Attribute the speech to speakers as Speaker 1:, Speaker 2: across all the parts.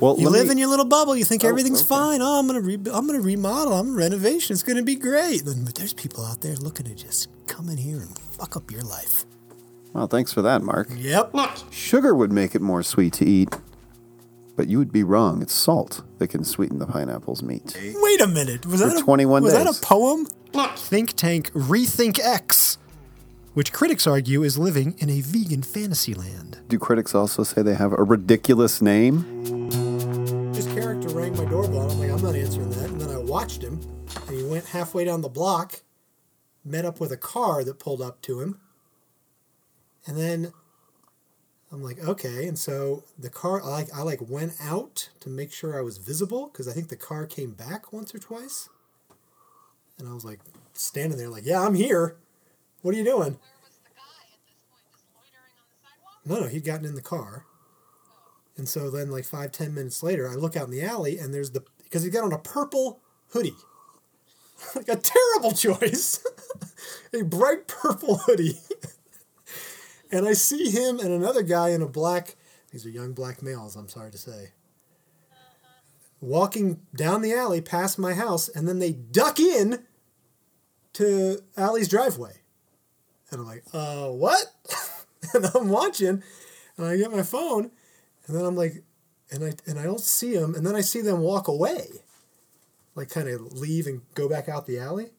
Speaker 1: Well,
Speaker 2: You
Speaker 1: let
Speaker 2: live
Speaker 1: me-
Speaker 2: in your little bubble. You think
Speaker 1: Oh,
Speaker 2: everything's
Speaker 1: okay.
Speaker 2: fine. Oh, I'm gonna re- I'm gonna remodel. I'm renovation. It's gonna be great. Then- But there's people out there looking to just come in here and fuck up your life.
Speaker 1: Well, thanks for that, Mark.
Speaker 2: Yep.
Speaker 3: Look,
Speaker 1: Sugar would make it more sweet to eat, but you would be wrong. It's salt that can sweeten the pineapple's meat.
Speaker 2: Wait a minute. Was that a,
Speaker 1: 21
Speaker 2: was that
Speaker 1: days.
Speaker 2: a poem?
Speaker 3: look.
Speaker 2: Think tank Rethink X, which critics argue is living in a vegan fantasy land.
Speaker 1: Do critics also say they have a ridiculous name?
Speaker 2: His character rang my doorbell. I'm like, I'm not answering that. And then I watched him, and he went halfway down the block, met up with a car that pulled up to him. And then I'm like, okay. And so the car, I like, I like went out to make sure I was visible because I think the car came back once or twice. And I was like, standing there, like, yeah, I'm here. What are you doing?
Speaker 4: Where was the guy at this point? Just loitering on the sidewalk?
Speaker 2: No, no, he'd gotten in the car. And so then, like five, ten minutes later, I look out in the alley and there's the because he got on a purple hoodie, like a terrible choice, a bright purple hoodie. and I see him and another guy in a black. These are young black males. I'm sorry to say. Walking down the alley past my house, and then they duck in to Alley's driveway. And I'm like, uh, what? and I'm watching, and I get my phone, and then I'm like, and I and I don't see them, and then I see them walk away, like kind of leave and go back out the alley.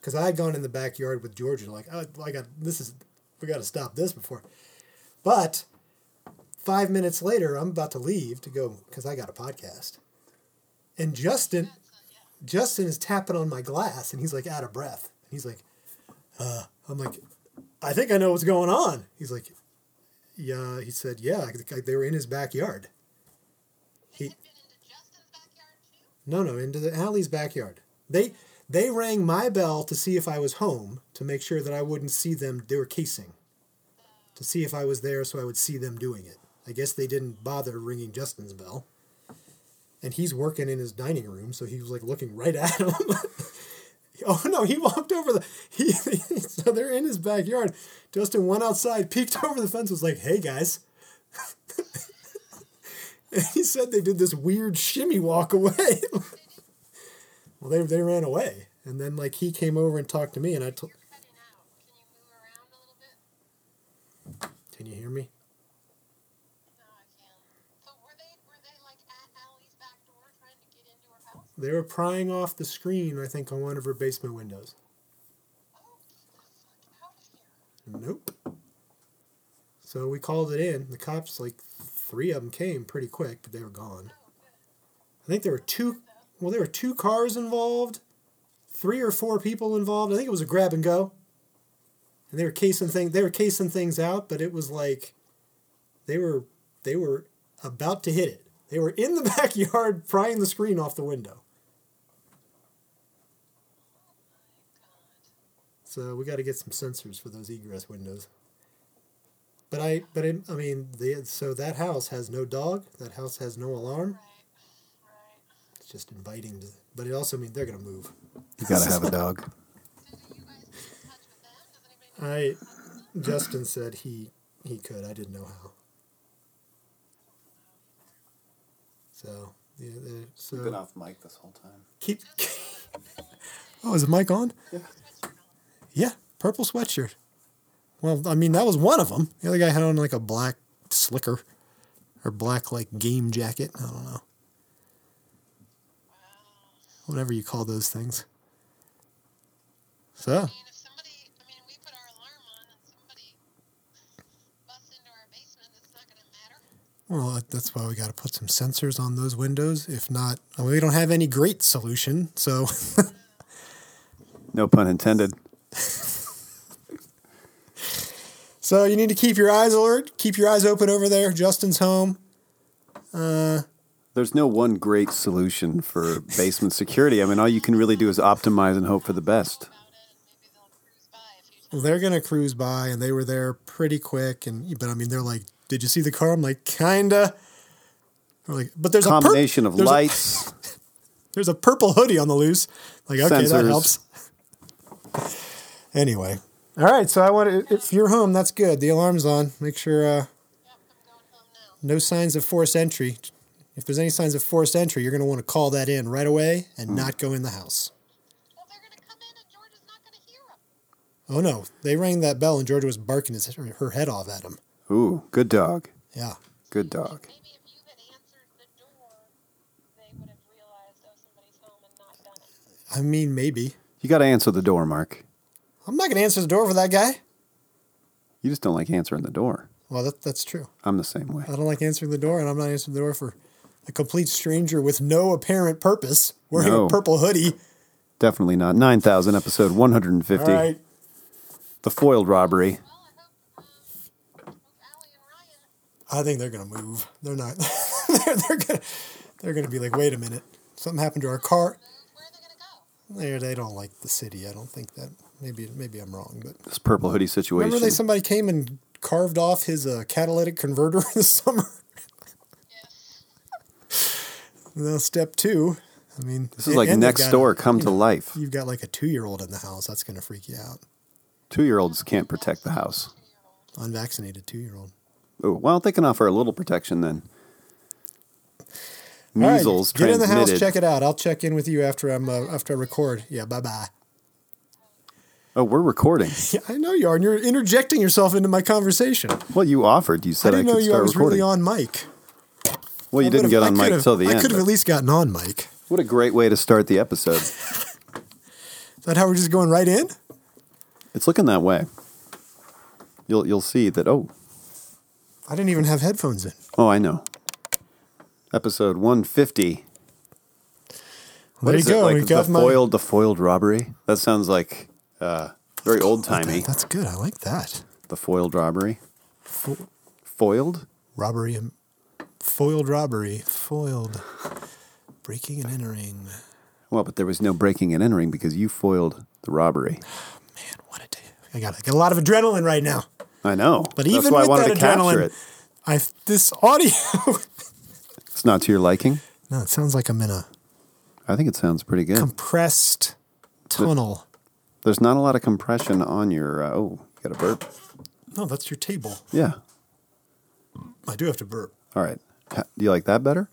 Speaker 2: Because I had gone in the backyard with Georgia, like, oh, I got this is, we got to stop this before. But five minutes later, I'm about to leave to go because I got a podcast, and Justin, Justin is tapping on my glass, and he's like out of breath, and he's like, uh, I'm like, I think I know what's going on. He's like, yeah. He said, yeah. They were in his backyard. He,
Speaker 4: Been into Justin's backyard too?
Speaker 2: no, no, into the alley's backyard. They, they rang my bell to see if I was home to make sure that I wouldn't see them. They were casing, to see if I was there, so I would see them doing it. I guess they didn't bother ringing Justin's bell. And he's working in his dining room, so he was like looking right at him. Oh no, he walked over the he so they're in his backyard. Justin went outside, peeked over the fence, was like, hey guys. and he said they did this weird shimmy walk away. well they they ran away. And then like he came over and talked to me and I told
Speaker 4: You're cutting out. Can you move around a little bit?
Speaker 2: Can you hear me?
Speaker 4: No, I can't. So were they were they like at Allie's back door trying to get into her house?
Speaker 2: They were prying off the screen, I think, on one of her basement windows.
Speaker 4: Oh, get the fuck out of here.
Speaker 2: Nope. So we called it in. The cops, like three of them came pretty quick, but they were gone. I think there were two. Well, there were two cars involved, three or four people involved. I think it was a grab and go. And they were casing things. They were casing things out, but it was like they were they were about to hit it. They were in the backyard prying the screen off the window.
Speaker 4: Oh
Speaker 2: So we got to get some sensors for those egress windows. But I, but I, I mean, the so that house has no dog. That house has no alarm.
Speaker 4: Right.
Speaker 2: It's just inviting. To, but it also means they're gonna move.
Speaker 1: You gotta have a dog.
Speaker 4: So do you guys get in touch with them? Does anybody know?
Speaker 2: I, Justin said he he could. I didn't know how. So yeah, the- so
Speaker 1: off mic this whole time.
Speaker 2: keep. oh, is the mic on? Yeah, purple sweatshirt. Well, I mean that was one of them. The other guy had on like a black slicker, or black like game jacket. I don't know. Whatever you call those things. So.
Speaker 4: I mean, if somebody, I mean, we put our alarm on and somebody busts into our basement, it's not going to matter.
Speaker 2: Well, that- that's why we got to put some sensors on those windows. If not, I mean, we don't have any great solution. So,
Speaker 1: No pun intended.
Speaker 2: so you need to keep your eyes alert. Keep your eyes open over there. Justin's home.
Speaker 1: There's no one great solution for basement security. I mean, all you can really do is optimize and hope for the best.
Speaker 4: About it, and maybe they'll cruise by a few times.
Speaker 2: they're gonna cruise by, and they were there pretty quick. And but I mean, they're like, "Did you see the car?" I'm like, "Kinda." They're like, but there's
Speaker 1: Combination
Speaker 2: a pur-
Speaker 1: of
Speaker 2: there's a-
Speaker 1: lights,
Speaker 2: there's a purple hoodie on the loose. Like, okay, that
Speaker 1: Sensors.
Speaker 2: helps. anyway, all right. So I want to. If you're home, that's good. The alarm's on. Make sure uh,
Speaker 4: Yep, I'm going home now.
Speaker 2: no signs of forced entry. If there's any signs of forced entry, you're going to want to call that in right away and
Speaker 1: Hmm.
Speaker 2: not go in the house.
Speaker 4: Well, they're going to come in and George is not going to hear them.
Speaker 2: Oh no, they rang that bell and Georgia was barking his, her her head off at him.
Speaker 1: ooh, good dog,
Speaker 2: Yeah.
Speaker 1: good dog.
Speaker 4: Maybe if you had answered the door, they would have realized, oh, somebody's home and not done it.
Speaker 2: I mean, maybe.
Speaker 1: You got to answer the door, Mark.
Speaker 2: I'm not going to answer the door for that guy.
Speaker 1: You just don't like answering the door.
Speaker 2: Well, that, that's true.
Speaker 1: I'm the same way.
Speaker 2: I don't like answering the door, and I'm not answering the door for a complete stranger with no apparent purpose wearing a
Speaker 1: No.
Speaker 2: purple hoodie.
Speaker 1: Definitely not. Nine thousand, episode one hundred and
Speaker 2: All
Speaker 1: fifty.
Speaker 2: right.
Speaker 1: The foiled robbery.
Speaker 4: Well, I hope, um, hope Allie and Ryan
Speaker 2: I think they're going to move. They're not. they're they're going to they're gonna be like, wait a minute. Something happened to our car.
Speaker 4: move. Where are they going to go?
Speaker 2: They, they don't like the city. I don't think that. Maybe maybe I'm wrong, but
Speaker 1: This purple hoodie situation.
Speaker 2: remember they somebody came and carved off his uh, catalytic converter in the summer.
Speaker 4: Yes.
Speaker 2: Now step two. I mean,
Speaker 1: this is like
Speaker 2: and they've
Speaker 1: next
Speaker 2: got
Speaker 1: door
Speaker 2: a-
Speaker 1: come to life.
Speaker 2: You've got like a two-year-old in the house. That's gonna freak you out.
Speaker 1: Two year olds can't protect the house.
Speaker 2: Unvaccinated two-year-old.
Speaker 1: Oh, well, they can offer a little protection then.
Speaker 2: All right,
Speaker 1: Measles
Speaker 2: Get in the
Speaker 1: transmitted.
Speaker 2: house. Check it out. I'll check in with you after I'm uh, after I record. Yeah. Bye bye.
Speaker 1: Oh, we're recording.
Speaker 2: Yeah, I know you are, and you're interjecting yourself into my conversation.
Speaker 1: Well, you offered. You
Speaker 2: I
Speaker 1: said I,
Speaker 2: didn't
Speaker 1: could
Speaker 2: know you I
Speaker 1: start
Speaker 2: was
Speaker 1: recording.
Speaker 2: really on mic.
Speaker 1: Well, you
Speaker 2: I
Speaker 1: didn't
Speaker 2: would've-
Speaker 1: get
Speaker 2: I
Speaker 1: on mic
Speaker 2: could've-
Speaker 1: till the
Speaker 2: I
Speaker 1: end.
Speaker 2: could have
Speaker 1: but
Speaker 2: at least gotten on mic.
Speaker 1: What a great way to start the episode.
Speaker 2: Is that how we're just going right in?
Speaker 1: it's looking that way. You'll you'll see that. Oh,
Speaker 2: I didn't even have headphones in.
Speaker 1: oh, I know. Episode one fifty.
Speaker 2: There you go.
Speaker 1: It? Like
Speaker 2: we
Speaker 1: the
Speaker 2: got my.
Speaker 1: foiled the foiled robbery. That sounds like uh, very old timey.
Speaker 2: That- that's good. I like that.
Speaker 1: The foiled robbery.
Speaker 2: Fo-
Speaker 1: Foiled.
Speaker 2: robbery and foiled robbery foiled breaking and entering
Speaker 1: Well, but there was no breaking and entering because you foiled the robbery.
Speaker 2: man what a day i got, I got a lot of adrenaline right now
Speaker 1: I know.
Speaker 2: But
Speaker 1: That's
Speaker 2: even
Speaker 1: why
Speaker 2: with
Speaker 1: I wanted
Speaker 2: that
Speaker 1: to
Speaker 2: adrenaline-
Speaker 1: capture it.
Speaker 2: i this audio
Speaker 1: It's not to your liking.
Speaker 2: no it sounds like i'm in a
Speaker 1: I think it sounds pretty good.
Speaker 2: compressed tunnel
Speaker 1: There's not a lot of compression on your. Uh, oh, you got a burp.
Speaker 2: no that's your table
Speaker 1: Yeah.
Speaker 2: i do have to burp Um,
Speaker 1: All right. Ha- Do you like that better?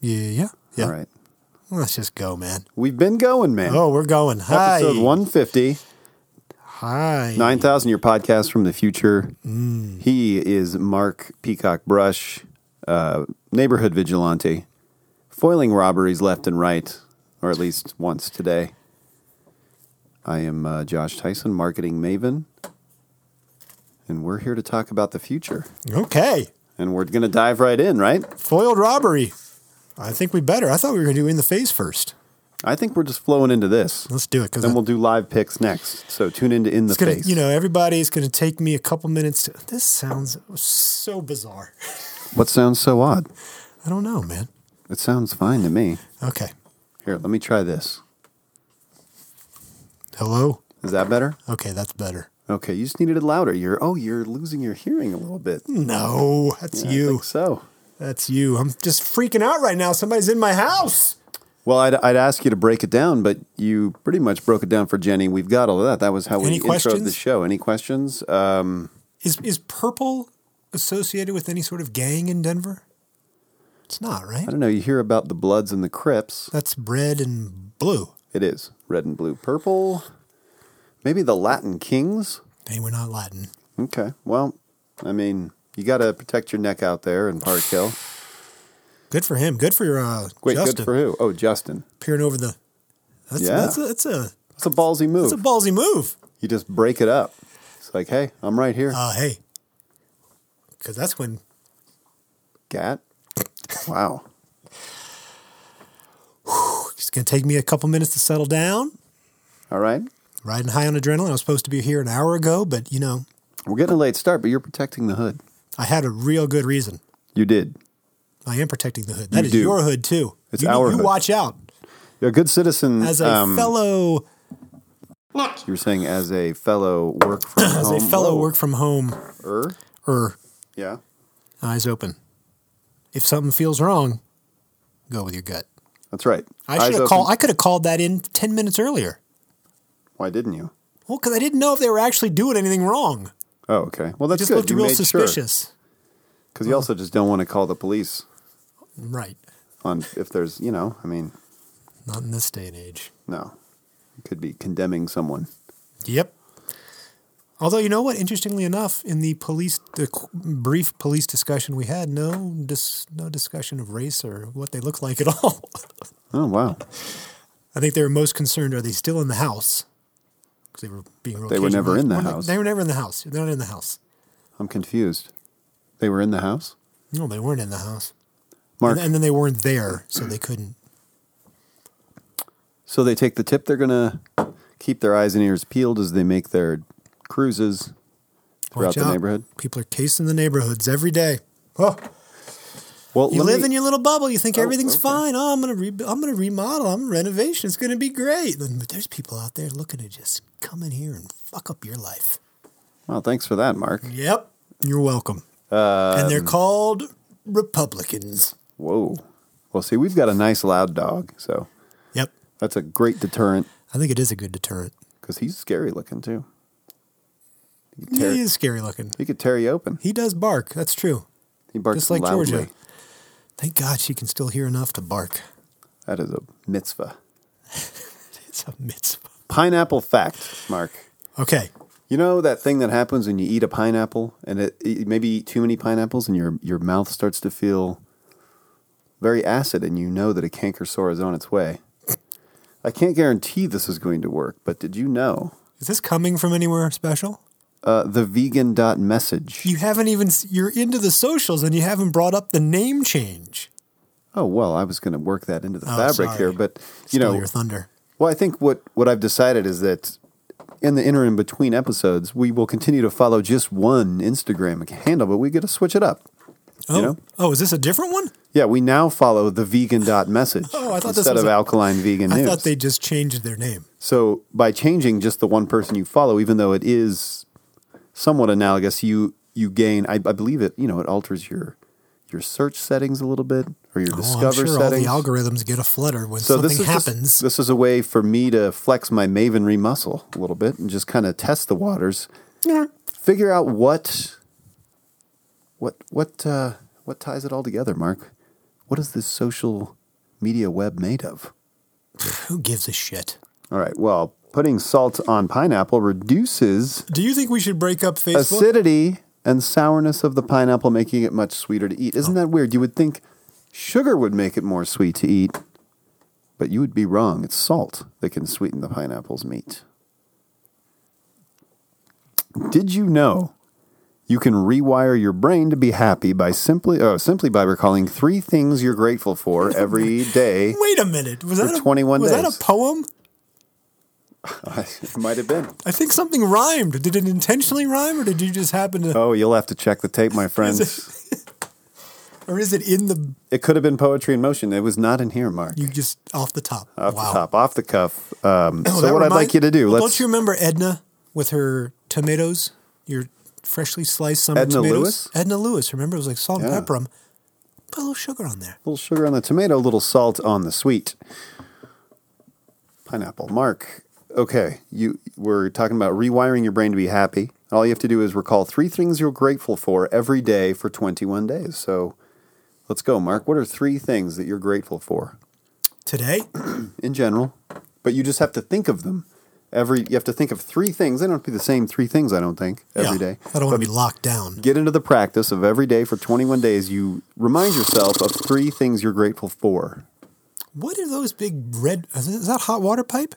Speaker 2: yeah yeah yeah
Speaker 1: All right.
Speaker 2: let's just go man
Speaker 1: We've been going, man.
Speaker 2: oh we're going hi
Speaker 1: Episode 150,
Speaker 2: hi
Speaker 1: 9000 Your Podcast from the Future.
Speaker 2: Mm.
Speaker 1: He is Mark Peacock Brush, uh, neighborhood vigilante, foiling robberies left and right, or at least once today. I am uh, Josh Tyson, marketing maven, and we're here to talk about the future.
Speaker 2: okay
Speaker 1: And we're going to dive right in, right?
Speaker 2: foiled robbery i think we better i thought we were gonna do in the face first
Speaker 1: I think we're just flowing into this.
Speaker 2: let's do it because
Speaker 1: Then we'll do live picks next. So tune into In the
Speaker 2: It's gonna,
Speaker 1: Face.
Speaker 2: you know, everybody's gonna take me a couple minutes to. This sounds so bizarre.
Speaker 1: what sounds so odd?
Speaker 2: I don't know, man.
Speaker 1: It sounds fine to me.
Speaker 2: Okay,
Speaker 1: Here, let me try this.
Speaker 2: hello.
Speaker 1: Is that better?
Speaker 2: Okay, that's better.
Speaker 1: Okay, you just needed it louder. You're oh, you're losing your hearing a little bit.
Speaker 2: No, that's
Speaker 1: I
Speaker 2: you.
Speaker 1: think so.
Speaker 2: That's you. I'm just freaking out right now. Somebody's in my house.
Speaker 1: Well, I'd, I'd ask you to break it down, but you pretty much broke it down for Jenny. We've got all of that. That was how we
Speaker 2: Any
Speaker 1: introed the
Speaker 2: questions?
Speaker 1: show. Any questions? Uh,
Speaker 2: Is is purple associated with any sort of gang in Denver? It's not, right?
Speaker 1: I don't know. You hear about the Bloods and the Crips.
Speaker 2: That's red and blue.
Speaker 1: It is red and blue, purple. Maybe the Latin Kings.
Speaker 2: They were not Latin.
Speaker 1: Okay. Well, I mean, you got to protect your neck out there in Park Hill.
Speaker 2: Good for him. Good for your uh,
Speaker 1: Wait,
Speaker 2: Justin
Speaker 1: good for who? Oh, Justin.
Speaker 2: peering over the. That's
Speaker 1: Yeah.
Speaker 2: that's a that's a
Speaker 1: It's a ballsy move.
Speaker 2: that's a ballsy move.
Speaker 1: you just break it up. It's like, hey, I'm right here.
Speaker 2: uh, hey, because that's when
Speaker 1: Gat. Wow.
Speaker 2: it's going to take me a couple minutes to settle down.
Speaker 1: All right.
Speaker 2: Riding high on adrenaline. I was supposed to be here an hour ago, but you know,
Speaker 1: We're getting a late start, but you're protecting the hood.
Speaker 2: I had a real good reason.
Speaker 1: You did.
Speaker 2: I am protecting the hood. That
Speaker 1: You
Speaker 2: is
Speaker 1: do.
Speaker 2: your hood too.
Speaker 1: It's
Speaker 2: you,
Speaker 1: our
Speaker 2: You
Speaker 1: hood. Um,
Speaker 2: watch out
Speaker 1: You're a good citizen.
Speaker 2: as a
Speaker 1: um,
Speaker 2: fellow
Speaker 5: Look.
Speaker 1: You were saying as a fellow work from
Speaker 2: As
Speaker 1: home.
Speaker 2: a fellow
Speaker 1: Whoa.
Speaker 2: work from home
Speaker 1: Er?
Speaker 2: er,
Speaker 1: Yeah.
Speaker 2: eyes open. If something feels wrong, go with your gut.
Speaker 1: That's right. Eyes
Speaker 2: I should have
Speaker 1: open.
Speaker 2: called. I could have called that in ten minutes earlier.
Speaker 1: Why didn't you?
Speaker 2: Well, because I didn't know if they were actually doing anything wrong.
Speaker 1: Oh, okay. Well,
Speaker 2: It
Speaker 1: that's
Speaker 2: just
Speaker 1: good.
Speaker 2: looked
Speaker 1: you
Speaker 2: real
Speaker 1: made
Speaker 2: suspicious.
Speaker 1: Because you also just don't want to call the police
Speaker 2: Right.
Speaker 1: on if there's, you know, I mean,
Speaker 2: Not in this day and age.
Speaker 1: no. You could be condemning someone.
Speaker 2: Yep. Although you know what, interestingly enough, in the police, the qu- brief police discussion we had, no, dis, no discussion of race or what they look like at all.
Speaker 1: Oh, wow.
Speaker 2: I think they were most concerned: are they still in the house? Because they were being real
Speaker 1: They were
Speaker 2: cagey.
Speaker 1: never in the
Speaker 2: We're not-
Speaker 1: house.
Speaker 2: They were never in the house. They're not in the house.
Speaker 1: I'm confused. They were in the house?
Speaker 2: No, they weren't in the house.
Speaker 1: Mark,
Speaker 2: And, and then they weren't there, so they couldn't.
Speaker 1: so they take the tip. They're going to keep their eyes and ears peeled as they make their cruises throughout
Speaker 2: Watch
Speaker 1: the
Speaker 2: out.
Speaker 1: neighborhood.
Speaker 2: People are casing the neighborhoods every day. Oh,
Speaker 1: Well,
Speaker 2: you
Speaker 1: let
Speaker 2: live
Speaker 1: me-
Speaker 2: in your little bubble. You think
Speaker 1: Oh,
Speaker 2: everything's
Speaker 1: okay.
Speaker 2: fine. Oh, I'm gonna re- I'm gonna remodel. I'm renovation. It's gonna be great. And- But there's people out there looking to just come in here and fuck up your life.
Speaker 1: Well, thanks for that, Mark.
Speaker 2: Yep. You're welcome. and
Speaker 1: Um,
Speaker 2: they're called Republicans.
Speaker 1: Whoa. Well, see, we've got a nice loud dog, so
Speaker 2: Yep.
Speaker 1: that's a great deterrent
Speaker 2: I think it is a good deterrent.
Speaker 1: because he's scary looking too. He could,
Speaker 2: Yeah,
Speaker 1: tear,
Speaker 2: he is scary looking.
Speaker 1: he could tear you open.
Speaker 2: He does bark. That's true.
Speaker 1: He barks
Speaker 2: Just like
Speaker 1: loudly.
Speaker 2: Georgia. Thank God she can still hear enough to bark.
Speaker 1: That is a mitzvah.
Speaker 2: It's a mitzvah.
Speaker 1: Pineapple fact, Mark.
Speaker 2: Okay.
Speaker 1: You know that thing that happens when you eat a pineapple and it, you maybe eat too many pineapples and your your mouth starts to feel very acid and you know that a canker sore is on its way. I can't guarantee this is going to work, but did you know
Speaker 2: Is this coming from anywhere special?
Speaker 1: uh, the vegan dot message?
Speaker 2: You haven't even, you're into the socials and you haven't brought up the name change.
Speaker 1: Oh well, I was going to work that into the
Speaker 2: Oh,
Speaker 1: fabric
Speaker 2: sorry.
Speaker 1: here, but you
Speaker 2: Steal
Speaker 1: know,
Speaker 2: your thunder.
Speaker 1: well, I think what what I've decided is that in the interim between episodes, we will continue to follow just one Instagram handle, but we get to switch it up.
Speaker 2: Oh,
Speaker 1: know?
Speaker 2: oh, is this a different one?
Speaker 1: Yeah, we now follow the vegan dot message
Speaker 2: Oh, I thought this
Speaker 1: instead
Speaker 2: was
Speaker 1: of
Speaker 2: a-
Speaker 1: alkaline vegan
Speaker 2: I
Speaker 1: news.
Speaker 2: thought they just changed their name.
Speaker 1: So by changing just the one person you follow, even though it is somewhat analogous, you you gain. I, I believe it. You know, it alters your your search settings a little bit or your
Speaker 2: Oh,
Speaker 1: discover
Speaker 2: I'm sure
Speaker 1: settings.
Speaker 2: all the algorithms get a flutter when
Speaker 1: so
Speaker 2: something
Speaker 1: this is just-
Speaker 2: happens.
Speaker 1: this is a way for me to flex my mavenry muscle a little bit and just kind of test the waters, figure out what what what uh, what ties it all together. Mark, what is this social media web made of?
Speaker 2: Who gives a shit?
Speaker 1: All right. Well, putting salt on pineapple reduces
Speaker 2: Do you think we should break up Facebook?
Speaker 1: acidity and sourness of the pineapple, making it much sweeter to eat. Isn't that weird? You would think sugar would make it more sweet to eat, but you would be wrong. It's salt that can sweeten the pineapple's meat. Did you know you can rewire your brain to be happy by simply oh, simply by recalling three things you're grateful for every day?
Speaker 2: Wait a minute. Was that a,
Speaker 1: 21
Speaker 2: was
Speaker 1: days.
Speaker 2: that a poem?
Speaker 1: it might have been.
Speaker 2: I think something rhymed. Did it intentionally rhyme or did you just happen to
Speaker 1: Oh, you'll have to check the tape, my friends. Oh.
Speaker 2: or is it in the
Speaker 1: It could have been poetry in motion. It was not in here, Mark.
Speaker 2: you just off the top?
Speaker 1: off
Speaker 2: wow.
Speaker 1: the top, off the cuff. Um, so
Speaker 2: Oh, that
Speaker 1: what I'd
Speaker 2: remind-
Speaker 1: like you to do,
Speaker 2: Well,
Speaker 1: let's
Speaker 2: Don't you remember Edna with her tomatoes? Your freshly sliced summer
Speaker 1: Edna
Speaker 2: tomatoes?
Speaker 1: Lewis?
Speaker 2: Edna Lewis. Remember, it was like salt and
Speaker 1: Yeah.
Speaker 2: pepper. 'em. Put a little sugar on there.
Speaker 1: a little sugar on the tomato, a little salt on the sweet. Pineapple, Mark. Okay, you we're talking about rewiring your brain to be happy. All you have to do is recall three things you're grateful for every day for 21 days. So let's go, Mark. What are three things that you're grateful for
Speaker 2: Today,
Speaker 1: in general? But you just have to think of them. Every you have to think of three things. They don't have to be the same three things, I don't think, every day.
Speaker 2: I don't
Speaker 1: But
Speaker 2: want to be locked down.
Speaker 1: get into the practice of every day for 21 days you remind yourself of three things you're grateful for
Speaker 2: What are those big red? Is that hot water pipe?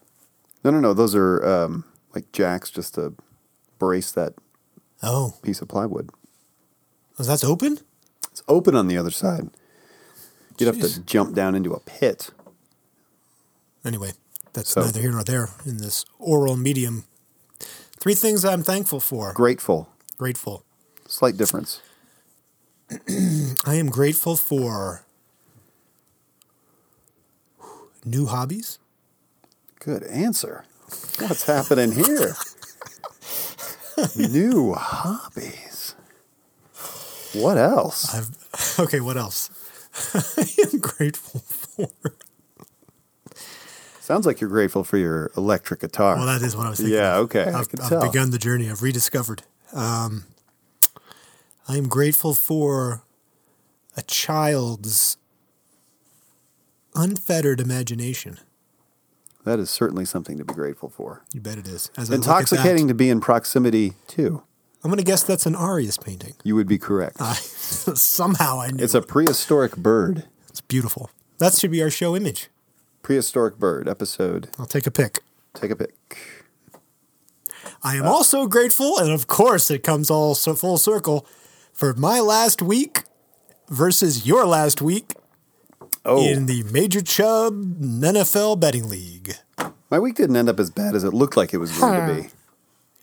Speaker 1: no no no those are um, like jacks just to brace that
Speaker 2: Oh,
Speaker 1: piece of plywood
Speaker 2: is that open?
Speaker 1: it's open on the other side you'd have to
Speaker 2: Jeez.
Speaker 1: jump down into a pit
Speaker 2: Anyway, that's
Speaker 1: So-
Speaker 2: neither here nor there in this oral medium. Three things I'm thankful for.
Speaker 1: grateful
Speaker 2: Grateful.
Speaker 1: slight difference
Speaker 2: I am grateful for new hobbies.
Speaker 1: good answer What's happening here? New hobbies. What else?
Speaker 2: I've, okay, what else? I am grateful for.
Speaker 1: Sounds like you're grateful for your electric guitar.
Speaker 2: Well, that is what I was thinking.
Speaker 1: Yeah,
Speaker 2: of.
Speaker 1: okay, I
Speaker 2: I've,
Speaker 1: can
Speaker 2: I've
Speaker 1: tell.
Speaker 2: begun the journey. I've rediscovered. Um, I'm grateful for a child's unfettered imagination.
Speaker 1: that is certainly something to be grateful for.
Speaker 2: You bet it is. As I look at that,
Speaker 1: Intoxicating to be in proximity to.
Speaker 2: I'm going to guess that's an Arias painting.
Speaker 1: You would be correct.
Speaker 2: I, somehow I knew.
Speaker 1: It's a prehistoric bird.
Speaker 2: It's beautiful. That should be our show image.
Speaker 1: Prehistoric bird episode.
Speaker 2: I'll take a pic.
Speaker 1: Take a pic.
Speaker 2: I am also grateful, and of course, it comes all so full circle for my last week versus your last week
Speaker 1: Oh,
Speaker 2: in the Major Chubb NFL Betting League.
Speaker 1: my week didn't end up as bad as it looked like it was going to be.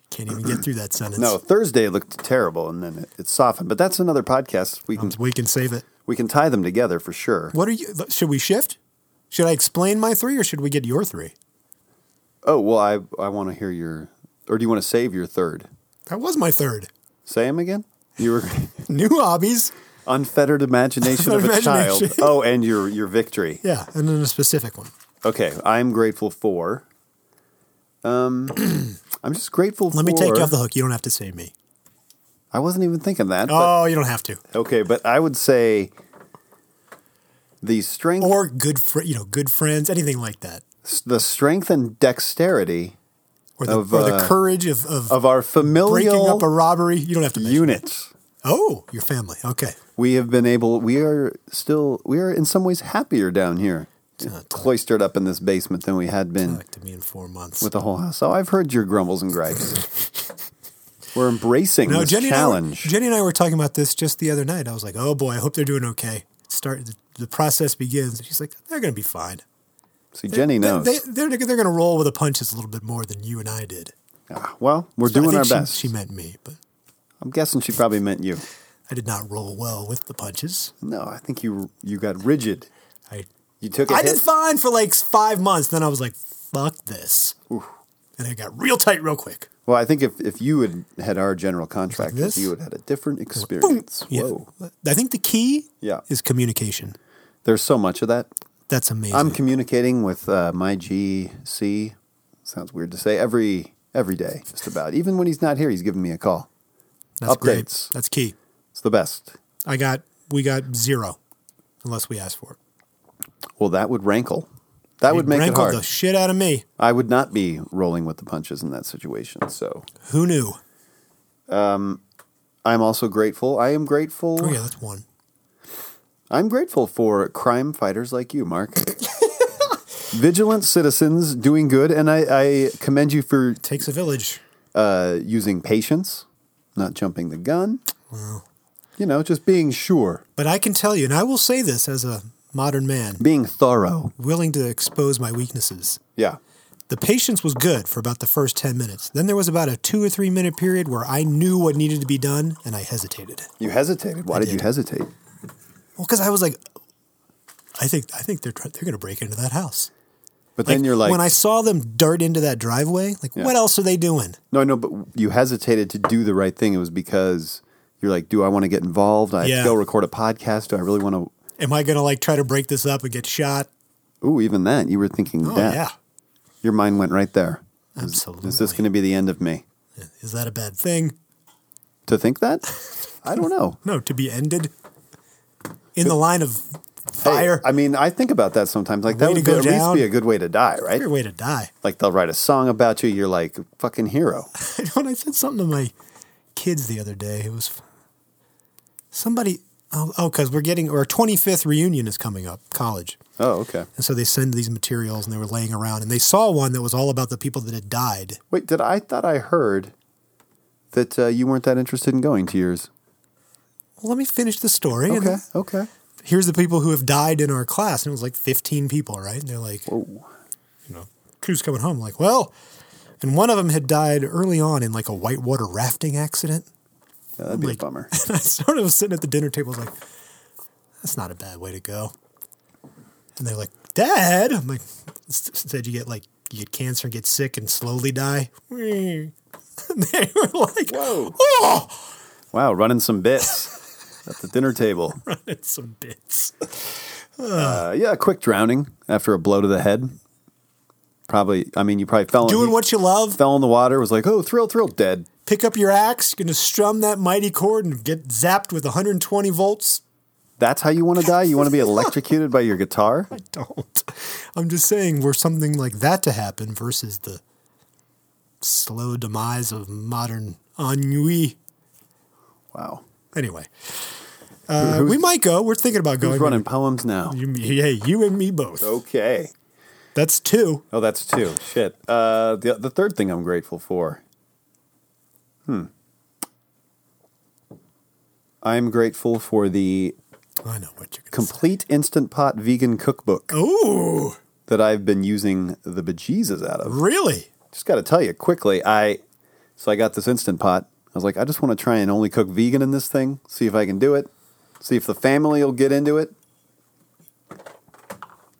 Speaker 2: Can't even get through that sentence.
Speaker 1: No, Thursday looked terrible, and then it, it softened. But that's another podcast. We can
Speaker 2: We can save it.
Speaker 1: we can tie them together for sure.
Speaker 2: What are you? Should we shift? Should I explain my three or should we get your three?
Speaker 1: Oh well, I I want to hear your, or do you want to save your third?
Speaker 2: That was my third.
Speaker 1: Say him again. You were
Speaker 2: New hobbies.
Speaker 1: unfettered imagination of a child.
Speaker 2: Imagination.
Speaker 1: Oh, and your your victory.
Speaker 2: Yeah. And then a specific one.
Speaker 1: Okay, I'm grateful for. Um, I'm just grateful.
Speaker 2: Let
Speaker 1: for,
Speaker 2: me take you off the hook. You don't have to say me.
Speaker 1: I wasn't even thinking that. but-
Speaker 2: Oh, you don't have to.
Speaker 1: okay, but I would say the strength,
Speaker 2: Or good, fr- you know, good friends, anything like that.
Speaker 1: the strength and dexterity
Speaker 2: Or the,
Speaker 1: Of,
Speaker 2: or the
Speaker 1: uh,
Speaker 2: courage of, of,
Speaker 1: of our
Speaker 2: breaking
Speaker 1: familial
Speaker 2: up a robbery. You don't have to. Mention.
Speaker 1: units.
Speaker 2: Oh, your family. Okay.
Speaker 1: We have been able. We are still. We are in some ways happier down here, cloistered up in this basement than we had been
Speaker 2: Back to me in four months.
Speaker 1: with the whole house. So I've heard your grumbles and gripes. We're embracing
Speaker 2: no,
Speaker 1: this
Speaker 2: Jenny and I,
Speaker 1: challenge.
Speaker 2: were- Jenny and I were talking about this just the other night. I was like, oh boy, I hope they're doing okay. Start the, the process begins. And she's like, they're going to be fine.
Speaker 1: See, Jenny knows.
Speaker 2: They, they, are they're going to roll with the punches a little bit more than you and I did.
Speaker 1: Ah, well, we're
Speaker 2: I
Speaker 1: doing
Speaker 2: think
Speaker 1: our
Speaker 2: she-
Speaker 1: best.
Speaker 2: She meant me, but
Speaker 1: I'm guessing she probably meant you.
Speaker 2: I did not roll well with the punches.
Speaker 1: No, I think you you got rigid.
Speaker 2: I
Speaker 1: You took a
Speaker 2: I
Speaker 1: hit.
Speaker 2: did fine for like five months. Then I was like, fuck this. And I got real tight real quick.
Speaker 1: well, I think if, if you had had our general contract,
Speaker 2: this?
Speaker 1: you would have had a different experience.
Speaker 2: Yeah.
Speaker 1: Whoa.
Speaker 2: I think the key
Speaker 1: Yeah.
Speaker 2: is communication.
Speaker 1: There's so much of that.
Speaker 2: That's amazing.
Speaker 1: I'm communicating with uh, my GC. Sounds weird to say. Every every day, just about. Even when he's not here, he's giving me a call.
Speaker 2: That's great.
Speaker 1: updates.
Speaker 2: That's key.
Speaker 1: It's the best.
Speaker 2: I got we got zero unless we ask for it.
Speaker 1: Well, that would rankle. That would
Speaker 2: It
Speaker 1: make it
Speaker 2: rankled
Speaker 1: hard.
Speaker 2: the shit out of me.
Speaker 1: I would not be rolling with the punches in that situation. So
Speaker 2: Who knew?
Speaker 1: I'm also grateful. I am grateful.
Speaker 2: Oh yeah, that's one.
Speaker 1: I'm grateful for crime fighters like you, Mark. Vigilant citizens doing good, and I, I commend you for
Speaker 2: Takes a village.
Speaker 1: uh, using patience, not jumping the gun. You know, just being sure,
Speaker 2: But I can tell you, and I will say this as a modern man,
Speaker 1: being thorough.
Speaker 2: willing to expose my weaknesses.
Speaker 1: Yeah.
Speaker 2: The patience was good for about the first 10 minutes. Then there was about a two or three minute period where I knew what needed to be done and I hesitated.
Speaker 1: You hesitated. Why did, you
Speaker 2: did.
Speaker 1: hesitate?
Speaker 2: Well, because I was like, I think I think they're try- they're going to break into that house.
Speaker 1: But then you're like,
Speaker 2: when I saw them dart into that driveway, like,
Speaker 1: Yeah.
Speaker 2: what else are they doing?
Speaker 1: no, no, but you hesitated to do the right thing. It was because you're like, do I want to get involved? I
Speaker 2: Yeah.
Speaker 1: go record a podcast. Do I really want to?
Speaker 2: Am I going to like try to break this up and get shot?
Speaker 1: Ooh, even that. You were thinking
Speaker 2: Oh
Speaker 1: that.
Speaker 2: yeah,
Speaker 1: Your mind went right there.
Speaker 2: absolutely.
Speaker 1: Is this going to be the end of me?
Speaker 2: Is that a bad thing?
Speaker 1: To think that? I don't know.
Speaker 2: No, to be ended in the line of
Speaker 1: Hey,
Speaker 2: fire.
Speaker 1: I mean, I think about that sometimes. Like, that
Speaker 2: Way to
Speaker 1: would be,
Speaker 2: go
Speaker 1: at least
Speaker 2: down.
Speaker 1: be a good way to die, right?
Speaker 2: Fair way to die.
Speaker 1: Like, they'll write a song about you. You're like, fucking hero.
Speaker 2: when I said something to my kids the other day, it was somebody. Oh, oh, because we're getting our 25th reunion is coming up, college.
Speaker 1: Oh, okay.
Speaker 2: And so they send these materials and they were laying around and they saw one that was all about the people that had died.
Speaker 1: Wait, did I thought I heard that uh, you weren't that interested in going to yours?
Speaker 2: Well, let me finish the story.
Speaker 1: Okay,
Speaker 2: And
Speaker 1: okay.
Speaker 2: here's the people who have died in our class. And it was like 15 people, right? And they're like, you know, crew's coming home. Like, well, and one of them had died early on in like a whitewater rafting accident.
Speaker 1: Yeah, that'd be
Speaker 2: Like-
Speaker 1: a bummer.
Speaker 2: And I sort of was sitting at the dinner table, I was like, that's not a bad way to go. And they're like, Dad, I'm like, "S- said you get like get cancer and get sick and slowly die. they were like,
Speaker 1: Whoa.
Speaker 2: oh,
Speaker 1: Wow, running some bits at the dinner table.
Speaker 2: it's some bits.
Speaker 1: Uh, yeah, quick drowning after a blow to the head. Probably, I mean, you probably fell.
Speaker 2: Doing
Speaker 1: in,
Speaker 2: what you love,
Speaker 1: fell in the water. Was like, oh, thrill, thrill, dead.
Speaker 2: pick up your axe, gonna strum that mighty chord and get zapped with 120 volts.
Speaker 1: That's how you want to die. You want to be electrocuted by your guitar.
Speaker 2: I don't. I'm just saying, were something like that to happen versus the slow demise of modern ennui.
Speaker 1: Wow.
Speaker 2: Anyway, uh, we might go. We're thinking about going.
Speaker 1: Who's running Oh. poems now?
Speaker 2: You, hey, you and me both.
Speaker 1: Okay.
Speaker 2: That's two.
Speaker 1: Oh, that's two. Shit. Uh, the the third thing I'm grateful for. Hmm. I'm grateful for the
Speaker 2: I know what you're going to
Speaker 1: complete instant pot vegan cookbook
Speaker 2: Oh,
Speaker 1: that I've been using the bejesus out of.
Speaker 2: really?
Speaker 1: Just got to tell you quickly. I so I got this instant pot. I was like, I just want to try and only cook vegan in this thing. See if I can do it. See if the family will get into it.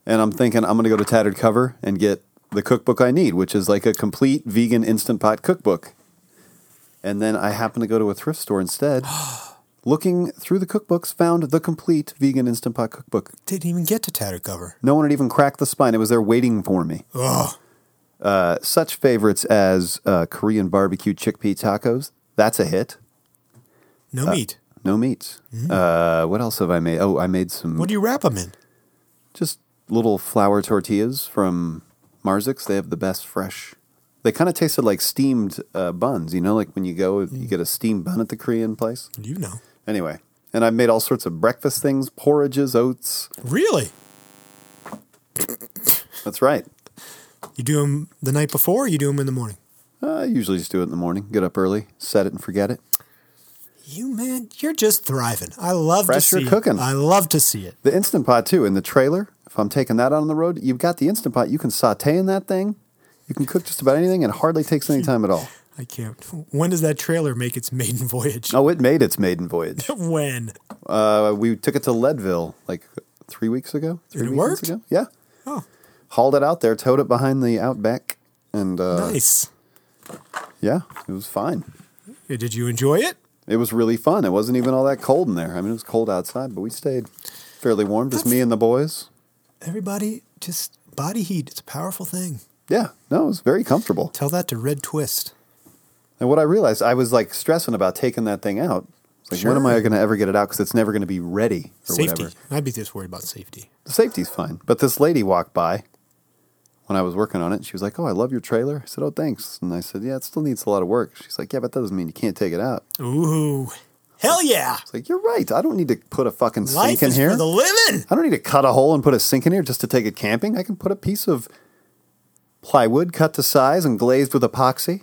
Speaker 1: And I'm thinking I'm going to go to Tattered Cover and get the cookbook I need, which is like a complete vegan instant pot cookbook. And then I happen to go to a thrift store instead. Looking through the cookbooks, found the complete vegan instant pot cookbook.
Speaker 2: Didn't even get to tattered cover.
Speaker 1: No one had even cracked the spine. It was there waiting for me.
Speaker 2: Oh,
Speaker 1: Uh, such favorites as uh, Korean barbecue chickpea tacos. That's a hit.
Speaker 2: no
Speaker 1: Uh,
Speaker 2: meat.
Speaker 1: No meats. Uh, what else have I made? Oh, I made some
Speaker 2: Mm-hmm. What do you wrap them in?
Speaker 1: just little flour tortillas from Marzix. They have the best fresh. They kind of tasted like steamed uh, buns, you know, like when you go, you
Speaker 2: Mm.
Speaker 1: get a steamed bun at the Korean place.
Speaker 2: You know.
Speaker 1: Anyway, and I've made all sorts of breakfast things, porridges, oats.
Speaker 2: Really?
Speaker 1: That's right.
Speaker 2: You do them the night before. Or you do them in the morning.
Speaker 1: Uh, I usually just do it in the morning, get up early, set it and forget it.
Speaker 2: You man, you're just thriving. I love
Speaker 1: Fresh,
Speaker 2: to
Speaker 1: you're
Speaker 2: see.
Speaker 1: cooking.
Speaker 2: It. I love to see it.
Speaker 1: The Instant Pot too in the trailer. If I'm taking that out on the road, you've got the Instant Pot. You can saute in that thing. You can cook just about anything, and it hardly takes any time at all.
Speaker 2: I can't. When does that trailer make its maiden voyage?
Speaker 1: Oh, it made its maiden voyage.
Speaker 2: When?
Speaker 1: Uh, we took it to Leadville like three weeks ago. Three
Speaker 2: it
Speaker 1: weeks
Speaker 2: worked?
Speaker 1: ago. Yeah,
Speaker 2: Oh,
Speaker 1: hauled it out there, towed it behind the Outback, and uh,
Speaker 2: nice.
Speaker 1: yeah, it was fine.
Speaker 2: Hey, Did you enjoy it?
Speaker 1: It was really fun. It wasn't even all that cold in there. I mean, it was cold outside, but we stayed fairly warm. Just me and the boys.
Speaker 2: Everybody, just body heat. It's a powerful thing.
Speaker 1: Yeah, no, it was very comfortable.
Speaker 2: Tell that to Red Twist.
Speaker 1: And what I realized, I was like stressing about taking that thing out. It's like, when am
Speaker 2: Sure.
Speaker 1: I going to ever get it out? Because it's never going to be ready or
Speaker 2: Safety.
Speaker 1: whatever.
Speaker 2: I'd be just worried about safety.
Speaker 1: The safety's fine. But this lady walked by when I was working on it. She was like, Oh, I love your trailer. I said, Oh, thanks. And I said, Yeah, it still needs a lot of work. She's like, Yeah, but that doesn't mean you can't take it out.
Speaker 2: Ooh, hell yeah!
Speaker 1: It's like, You're right. I don't need to put a fucking
Speaker 2: Life
Speaker 1: sink in
Speaker 2: is
Speaker 1: here.
Speaker 2: for the living.
Speaker 1: I don't need to cut a hole and put a sink in here just to take it camping. I can put a piece of plywood cut to size and glazed with epoxy.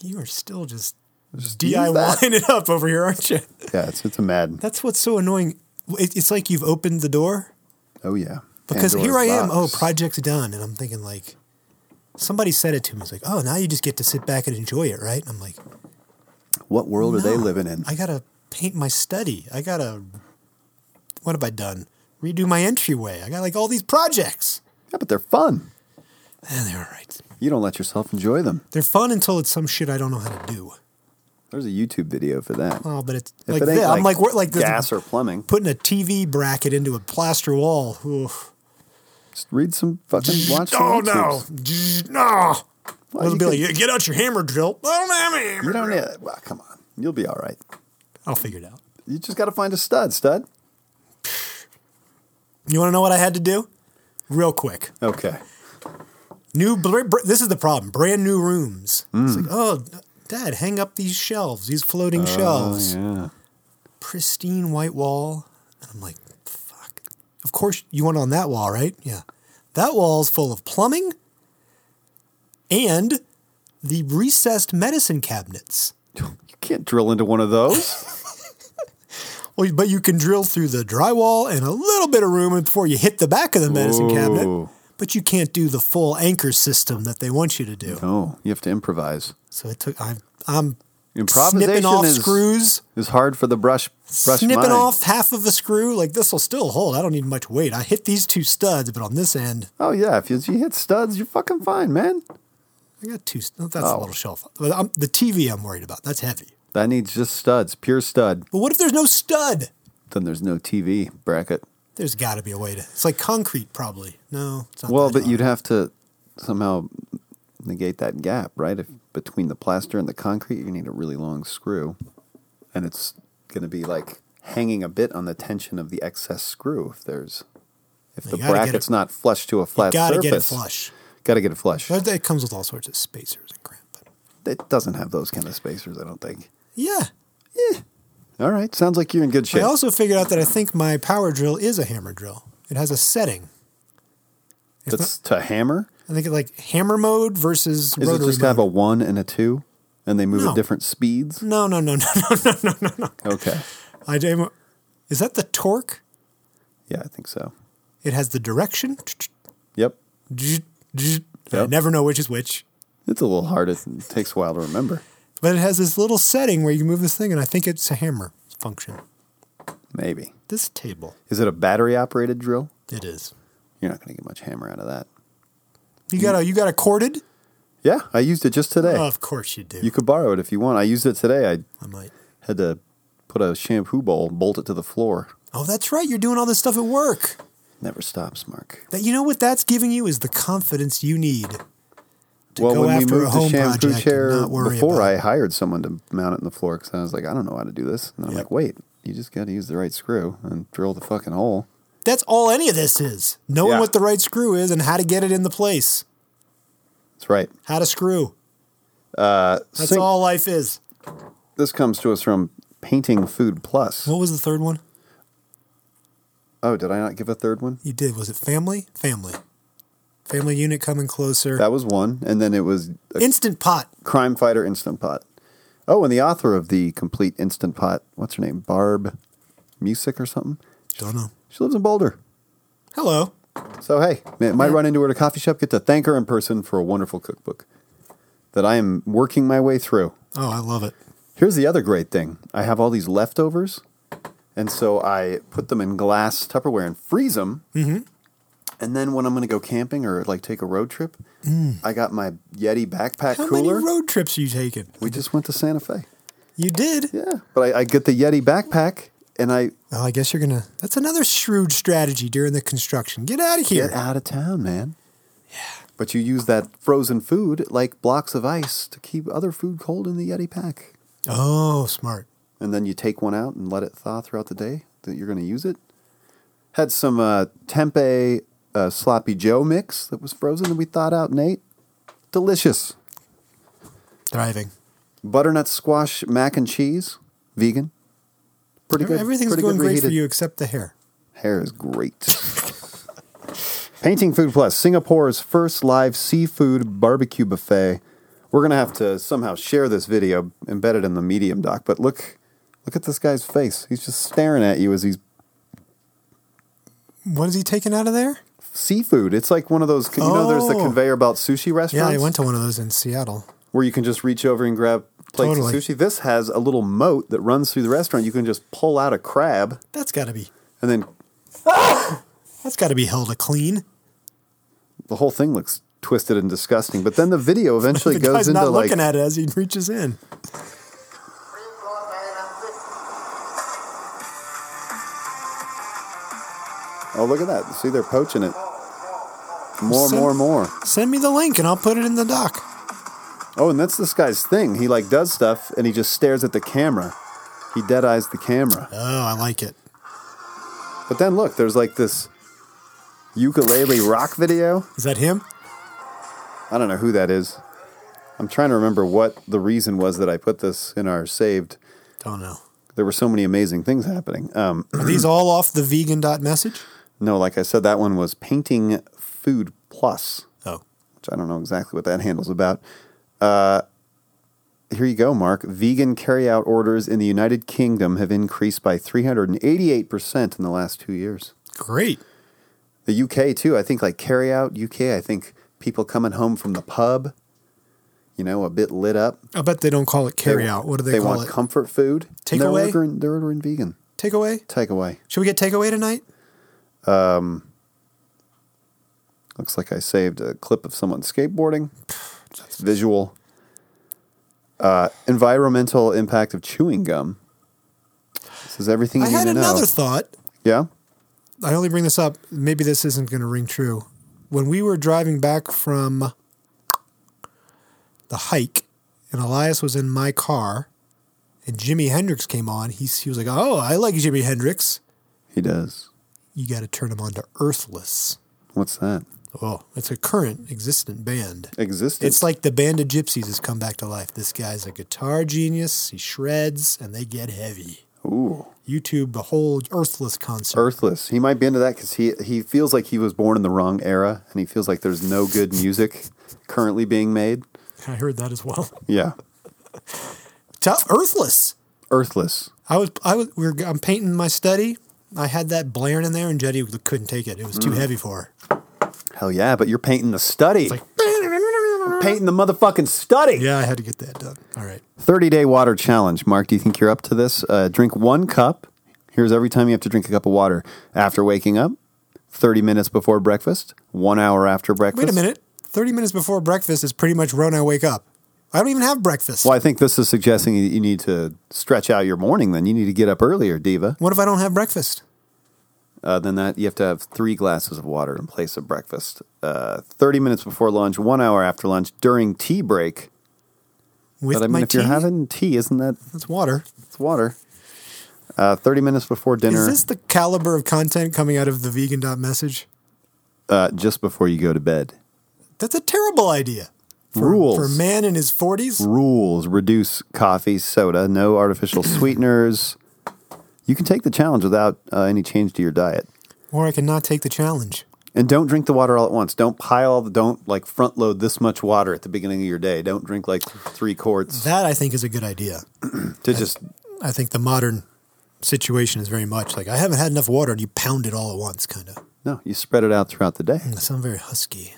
Speaker 2: You are still just,
Speaker 1: use that.
Speaker 2: DIYing it up over here, aren't you?
Speaker 1: Yeah, it's, it's a mad.
Speaker 2: That's what's so annoying. It, it's like you've opened the door
Speaker 1: Oh, yeah.
Speaker 2: because here I
Speaker 1: Pandora's
Speaker 2: am. Oh,
Speaker 1: box.
Speaker 2: project's done, and I'm thinking like, somebody said it to me. It's like, oh, now you just get to sit back and enjoy it, right? And I'm like,
Speaker 1: What world are they
Speaker 2: No.
Speaker 1: living in?
Speaker 2: I gotta paint my study. I gotta. What have I done? Redo my entryway. I got like all these projects.
Speaker 1: Yeah, but they're fun.
Speaker 2: And they're all right.
Speaker 1: You don't let yourself enjoy them.
Speaker 2: They're fun until it's some shit I don't know how to do.
Speaker 1: There's a YouTube video for that.
Speaker 2: Oh, but it's
Speaker 1: If
Speaker 2: like
Speaker 1: it ain't
Speaker 2: that. I'm like, we're like this,
Speaker 1: gas or plumbing,
Speaker 2: putting a TV bracket into a plaster wall. Oof.
Speaker 1: just read some fucking watch. some
Speaker 2: oh no,
Speaker 1: YouTubes.
Speaker 2: no.
Speaker 1: Well,
Speaker 2: Little
Speaker 1: you
Speaker 2: Billy,
Speaker 1: can-
Speaker 2: get out your hammer drill. I don't have a hammer.
Speaker 1: You don't need. Well, come on, you'll be all right.
Speaker 2: I'll figure it out.
Speaker 1: You just got to find a stud. Stud.
Speaker 2: You want to know what I had to do? Real quick.
Speaker 1: Okay.
Speaker 2: New, br- br- this is the problem. Brand new rooms. It's like, oh, Dad, hang up these shelves, these floating shelves.
Speaker 1: Oh, Yeah.
Speaker 2: Pristine white wall. And I'm like, fuck. Of course, you went on that wall, right? Yeah. That wall's full of plumbing and the recessed medicine cabinets.
Speaker 1: You can't drill into one of those.
Speaker 2: Well, but you can drill through the drywall and a little bit of room before you hit the back of the medicine
Speaker 1: Whoa.
Speaker 2: cabinet. But you can't do the full anchor system that they want you to do.
Speaker 1: no, you have to improvise.
Speaker 2: So it took. I'm I'm
Speaker 1: Improvisation
Speaker 2: snipping off
Speaker 1: is,
Speaker 2: screws,
Speaker 1: is hard for the brush brush
Speaker 2: snipping
Speaker 1: mind.
Speaker 2: off half of a screw. Like this will still hold. I don't need much weight. I hit these two studs, but on this end,
Speaker 1: Oh yeah, if you, you hit studs, you're fucking fine, man.
Speaker 2: I got two. st- That's a
Speaker 1: Oh.
Speaker 2: little shelf. But I'm, the TV I'm worried about. That's heavy.
Speaker 1: That needs just studs, pure stud.
Speaker 2: But what if there's no stud?
Speaker 1: Then there's no TV bracket.
Speaker 2: There's got to be a way to. It's like concrete, probably. No, it's not.
Speaker 1: Well,
Speaker 2: that
Speaker 1: but
Speaker 2: hard.
Speaker 1: you'd have to somehow negate that gap, right? If between the plaster and the concrete, you need a really long screw, and it's going to be like hanging a bit on the tension of the excess screw. If there's if
Speaker 2: You
Speaker 1: the
Speaker 2: gotta get
Speaker 1: bracket's
Speaker 2: it-
Speaker 1: not flush to a flat
Speaker 2: gotta
Speaker 1: surface,
Speaker 2: get it flush.
Speaker 1: Got to get it flush.
Speaker 2: But that comes with all sorts of spacers and crap. But
Speaker 1: It doesn't have those kind of spacers, I don't think.
Speaker 2: yeah.
Speaker 1: All right, sounds like you're in good shape.
Speaker 2: I also figured out that I think my power drill is a hammer drill. It has a setting. It's
Speaker 1: That's to hammer.
Speaker 2: I think it like hammer mode
Speaker 1: Is
Speaker 2: versus
Speaker 1: it
Speaker 2: rotary
Speaker 1: just to have a
Speaker 2: mode.
Speaker 1: one and a two, and they move
Speaker 2: No.
Speaker 1: at different speeds?
Speaker 2: No, no, no, no, no, no, no, no, no.
Speaker 1: Okay,
Speaker 2: I demo- is that the torque?
Speaker 1: yeah, I think so.
Speaker 2: It has the direction.
Speaker 1: Yep,
Speaker 2: I
Speaker 1: Yep.
Speaker 2: never know which is which.
Speaker 1: it's a little hard. It takes a while to remember.
Speaker 2: But it has this little setting where you can move this thing, and I think it's a hammer function.
Speaker 1: Maybe.
Speaker 2: This table.
Speaker 1: Is it a battery operated drill?
Speaker 2: It is.
Speaker 1: You're not going to get much hammer out of that.
Speaker 2: You got a you got a corded?
Speaker 1: Yeah, I used it just today.
Speaker 2: Oh, of course you do.
Speaker 1: you could borrow it if you want. I used it today. I
Speaker 2: I might.
Speaker 1: had to put a shampoo bowl, bolt it to the floor.
Speaker 2: Oh, that's right. You're doing all this stuff at work.
Speaker 1: Never stops, Mark.
Speaker 2: That you know what that's giving you is the confidence you need to
Speaker 1: well,
Speaker 2: go
Speaker 1: when we
Speaker 2: after a
Speaker 1: moved
Speaker 2: home
Speaker 1: the shampoo
Speaker 2: project
Speaker 1: chair
Speaker 2: and not worry
Speaker 1: before,
Speaker 2: about.
Speaker 1: I hired someone to mount it in the floor because I was like, I don't know how to do this. And I'm
Speaker 2: Yep.
Speaker 1: like, wait, you just got to use the right screw and drill the fucking hole.
Speaker 2: That's all any of this is. Knowing
Speaker 1: Yeah.
Speaker 2: what the right screw is and how to get it in the place.
Speaker 1: That's right.
Speaker 2: How to screw. That's
Speaker 1: Sink-
Speaker 2: all life is.
Speaker 1: This comes to us from Painting Food Plus.
Speaker 2: What was the third one?
Speaker 1: Oh, did I not give a third one?
Speaker 2: You did. Was it family? Family. Family unit coming closer.
Speaker 1: That was one. And then it was a
Speaker 2: Instant pot.
Speaker 1: crime fighter instant pot. Oh, and the author of the complete instant pot, what's her name? Barb Music or something.
Speaker 2: Don't know.
Speaker 1: She lives in Boulder.
Speaker 2: Hello.
Speaker 1: So hey, man, might run into her at a coffee shop, get to thank her in person for a wonderful cookbook that I am working my way through.
Speaker 2: Oh, I love it.
Speaker 1: Here's the other great thing. I have all these leftovers, and so I put them in glass Tupperware and freeze them. Mm-hmm. And then when I'm going to go camping or like take a road trip, I got my Yeti backpack
Speaker 2: Mm. How
Speaker 1: cooler.
Speaker 2: many road trips are you taking?
Speaker 1: we just went to Santa Fe.
Speaker 2: You did.
Speaker 1: Yeah, but I, I get the Yeti backpack and I
Speaker 2: Well, I guess you're gonna. That's another shrewd strategy during the construction. Get out of here.
Speaker 1: get out of town, man. Yeah. But you use that frozen food like blocks of ice to keep other food cold in the Yeti pack.
Speaker 2: Oh, smart.
Speaker 1: And then you take one out and let it thaw throughout the day that you're going to use it. Had some uh, tempeh uh, sloppy joe mix that was frozen that we thawed out, Nate. Delicious.
Speaker 2: Thriving.
Speaker 1: Butternut squash mac and cheese, vegan. Pretty good.
Speaker 2: Everything's
Speaker 1: pretty
Speaker 2: going
Speaker 1: good
Speaker 2: great for
Speaker 1: reheated.
Speaker 2: you except the hair.
Speaker 1: Hair is great. Painting Food Plus, Singapore's first live seafood barbecue buffet. We're gonna have to somehow share this video embedded in the medium doc, but look look at this guy's face. He's just staring at you as he's
Speaker 2: What is he taking out of there?
Speaker 1: seafood. It's like one of those you know there's the
Speaker 2: Oh.
Speaker 1: conveyor belt sushi
Speaker 2: Yeah,
Speaker 1: restaurants
Speaker 2: I went to one of those in Seattle.
Speaker 1: where you can just reach over and grab plates
Speaker 2: Totally.
Speaker 1: of sushi. This has a little moat that runs through the restaurant. You can just pull out a crab
Speaker 2: That's got to be.
Speaker 1: and then
Speaker 2: That's got to be held to clean.
Speaker 1: the whole thing looks twisted and disgusting. But then the video eventually
Speaker 2: the
Speaker 1: goes
Speaker 2: guy's
Speaker 1: into
Speaker 2: not
Speaker 1: like
Speaker 2: looking at it as he reaches in.
Speaker 1: Oh, look at that. See, they're poaching it. More,
Speaker 2: Send-
Speaker 1: more, more.
Speaker 2: Send me the link and I'll put it in the doc.
Speaker 1: Oh, and that's this guy's thing. He like does stuff and he just stares at the camera. He dead eyes the camera.
Speaker 2: Oh, I like it.
Speaker 1: But then look, there's like this ukulele rock video.
Speaker 2: Is that him?
Speaker 1: I don't know who that is. I'm trying to remember what the reason was that I put this in our saved.
Speaker 2: Don't know.
Speaker 1: There were so many amazing things happening. Um,
Speaker 2: Are these all off the vegan dot message?
Speaker 1: no, like I said, that one was painting food plus.
Speaker 2: Oh,
Speaker 1: which I don't know exactly what that handle's about. Uh, here you go, Mark. Vegan carryout orders in the United Kingdom have increased by 388% in the last two years.
Speaker 2: great.
Speaker 1: The UK, too, I think like carryout, UK, I think people coming home from the pub you know, a bit lit up.
Speaker 2: I bet they don't call it carry out. What do they,
Speaker 1: They
Speaker 2: call
Speaker 1: want
Speaker 2: it?
Speaker 1: comfort food. And They're
Speaker 2: Takeaway?
Speaker 1: ordering, they're ordering vegan.
Speaker 2: takeaway?
Speaker 1: Takeaway.
Speaker 2: Should we get takeaway tonight?
Speaker 1: Looks like I saved a clip of someone skateboarding. That's visual. Uh, environmental impact of chewing gum. This is everything you
Speaker 2: I had
Speaker 1: need to know.
Speaker 2: another thought.
Speaker 1: yeah.
Speaker 2: I only bring this up. Maybe this isn't going to ring true. When we were driving back from the hike, and Elias was in my car, and Jimi Hendrix came on, he, he was like, "Oh, I like Jimi Hendrix."
Speaker 1: He does.
Speaker 2: You got to turn him on to Earthless.
Speaker 1: What's that?
Speaker 2: Oh, it's a current existent band.
Speaker 1: Existence.
Speaker 2: It's like the band of gypsies has come back to life. This guy's a guitar genius. He shreds, and they get heavy.
Speaker 1: Ooh.
Speaker 2: YouTube the whole Earthless concert.
Speaker 1: Earthless. He might be into that because he he feels like he was born in the wrong era, and he feels like there's no good music currently being made.
Speaker 2: I heard that as well.
Speaker 1: Yeah,
Speaker 2: Tell Earthless.
Speaker 1: Earthless.
Speaker 2: I was I was we were, I'm painting my study. I had that blaring in there, and Jetty couldn't take it. It was too
Speaker 1: Mm.
Speaker 2: heavy for her.
Speaker 1: Hell yeah! But you're painting the study,
Speaker 2: Like,
Speaker 1: painting the motherfucking study.
Speaker 2: yeah, I had to get that done. All right.
Speaker 1: 30 day water challenge. Mark, do you think you're up to this? Uh, drink one cup. Here's every time you have to drink a cup of water after waking up, 30 minutes before breakfast, one hour after breakfast.
Speaker 2: Wait a minute. Thirty minutes before breakfast is pretty much when I wake up. I don't even have breakfast.
Speaker 1: Well, I think this is suggesting you- you need to stretch out your morning. Then you need to get up earlier, diva.
Speaker 2: What if I don't have breakfast?
Speaker 1: Uh, then that you have to have three glasses of water in place of breakfast. Uh, 30 minutes before lunch, one hour after lunch, during tea break.
Speaker 2: With
Speaker 1: but I
Speaker 2: my
Speaker 1: mean, if
Speaker 2: tea,
Speaker 1: you're having tea, isn't that
Speaker 2: that's water.
Speaker 1: it's water? Uh, 30 minutes before dinner,
Speaker 2: Is this the caliber of content coming out of the vegan dot message?
Speaker 1: uh, just before you go to bed.
Speaker 2: That's a terrible idea. For,
Speaker 1: Rules.
Speaker 2: for a man in his forties.
Speaker 1: rules reduce coffee, soda, no artificial sweeteners. You can take the challenge without uh, any change to your diet.
Speaker 2: Or I cannot take the challenge.
Speaker 1: And don't drink the water all at once. Don't pile, don't like front load this much water at the beginning of your day. Don't drink like three quarts
Speaker 2: That I think is a good idea.
Speaker 1: to just,
Speaker 2: I think the modern situation is very much like I haven't had enough water and you pound it all at once, kind of.
Speaker 1: no, you spread it out throughout the day.
Speaker 2: I sound very husky.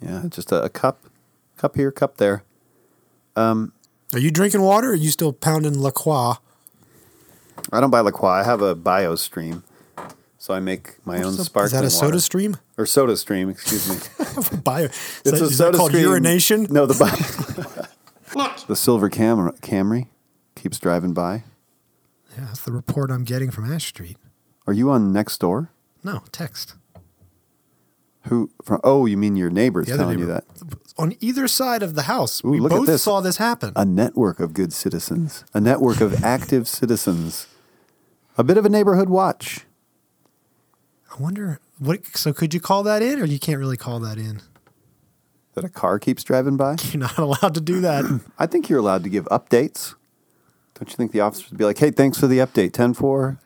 Speaker 1: Yeah, just a, a cup, cup here, cup there.
Speaker 2: Are you drinking water or are you still pounding La Croix?
Speaker 1: I don't buy La Croix. I have a bio stream. So I make my own
Speaker 2: Is that-
Speaker 1: sparkling
Speaker 2: Is that a soda
Speaker 1: water.
Speaker 2: stream?
Speaker 1: Or soda stream, excuse me.
Speaker 2: Bio. Is
Speaker 1: It's
Speaker 2: that,
Speaker 1: a
Speaker 2: is that
Speaker 1: soda
Speaker 2: called
Speaker 1: stream.
Speaker 2: urination?
Speaker 1: No, the bi- the silver camera Camry keeps driving by.
Speaker 2: Yeah, that's the report I'm getting from Ash Street.
Speaker 1: Are you on next door?
Speaker 2: No, text.
Speaker 1: Who from? Oh, you mean your neighbors
Speaker 2: The other
Speaker 1: telling you
Speaker 2: neighbor.
Speaker 1: that?
Speaker 2: On either side of the house, we
Speaker 1: look at
Speaker 2: both
Speaker 1: this.
Speaker 2: saw this happen.
Speaker 1: A network of good citizens, a network of active citizens, a bit of a neighborhood watch.
Speaker 2: I wonder what. So could you call that in, or you can't really call that in?
Speaker 1: That a car keeps driving by.
Speaker 2: You're not allowed to do that.
Speaker 1: I think you're allowed to give updates. Don't you think the officers would be like, "Hey, thanks for the update, 10-4.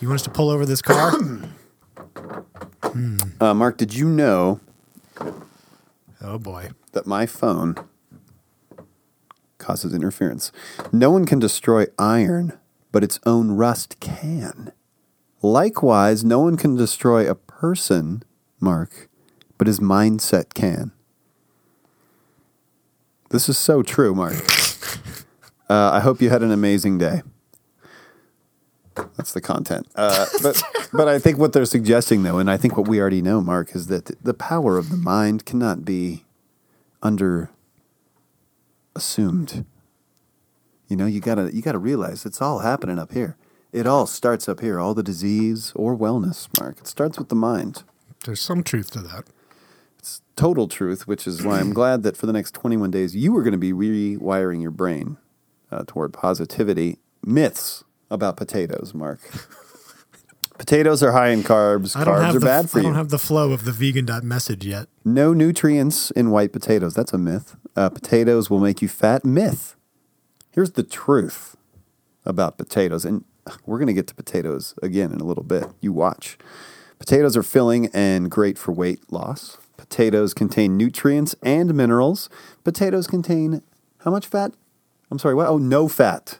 Speaker 2: you want us to pull over this car?
Speaker 1: Uh, Mark, did you know
Speaker 2: oh boy.
Speaker 1: that my phone causes interference. No one can destroy iron, but its own rust can. Likewise, no one can destroy a person, Mark, but his mindset can. This is so true, Mark. Uh, I hope you had an amazing day. That's the content. Uh, but, but I think what they're suggesting, though, and I think what we already know, Mark, is that the power of the mind cannot be under assumed. You know, you gotta you gotta realize it's all happening up here. It all starts up here. All the disease or wellness, Mark. It starts with the mind.
Speaker 2: There's some truth to that.
Speaker 1: Total truth, which is why I'm glad that for the next 21 days you are going to be rewiring your brain uh, toward positivity. Myths about potatoes, Mark. potatoes are high in carbs.
Speaker 2: I don't
Speaker 1: carbs
Speaker 2: have
Speaker 1: are
Speaker 2: the,
Speaker 1: bad for
Speaker 2: I
Speaker 1: you.
Speaker 2: don't have the flow of the vegan dot message yet.
Speaker 1: No nutrients in white potatoes. That's a myth. Uh, potatoes will make you fat. Myth. Here's the truth about potatoes, and we're going to get to potatoes again in a little bit. You watch. Potatoes are filling and great for weight loss. Potatoes contain nutrients and minerals. Potatoes contain how much fat? I'm sorry, what? Oh, no fat.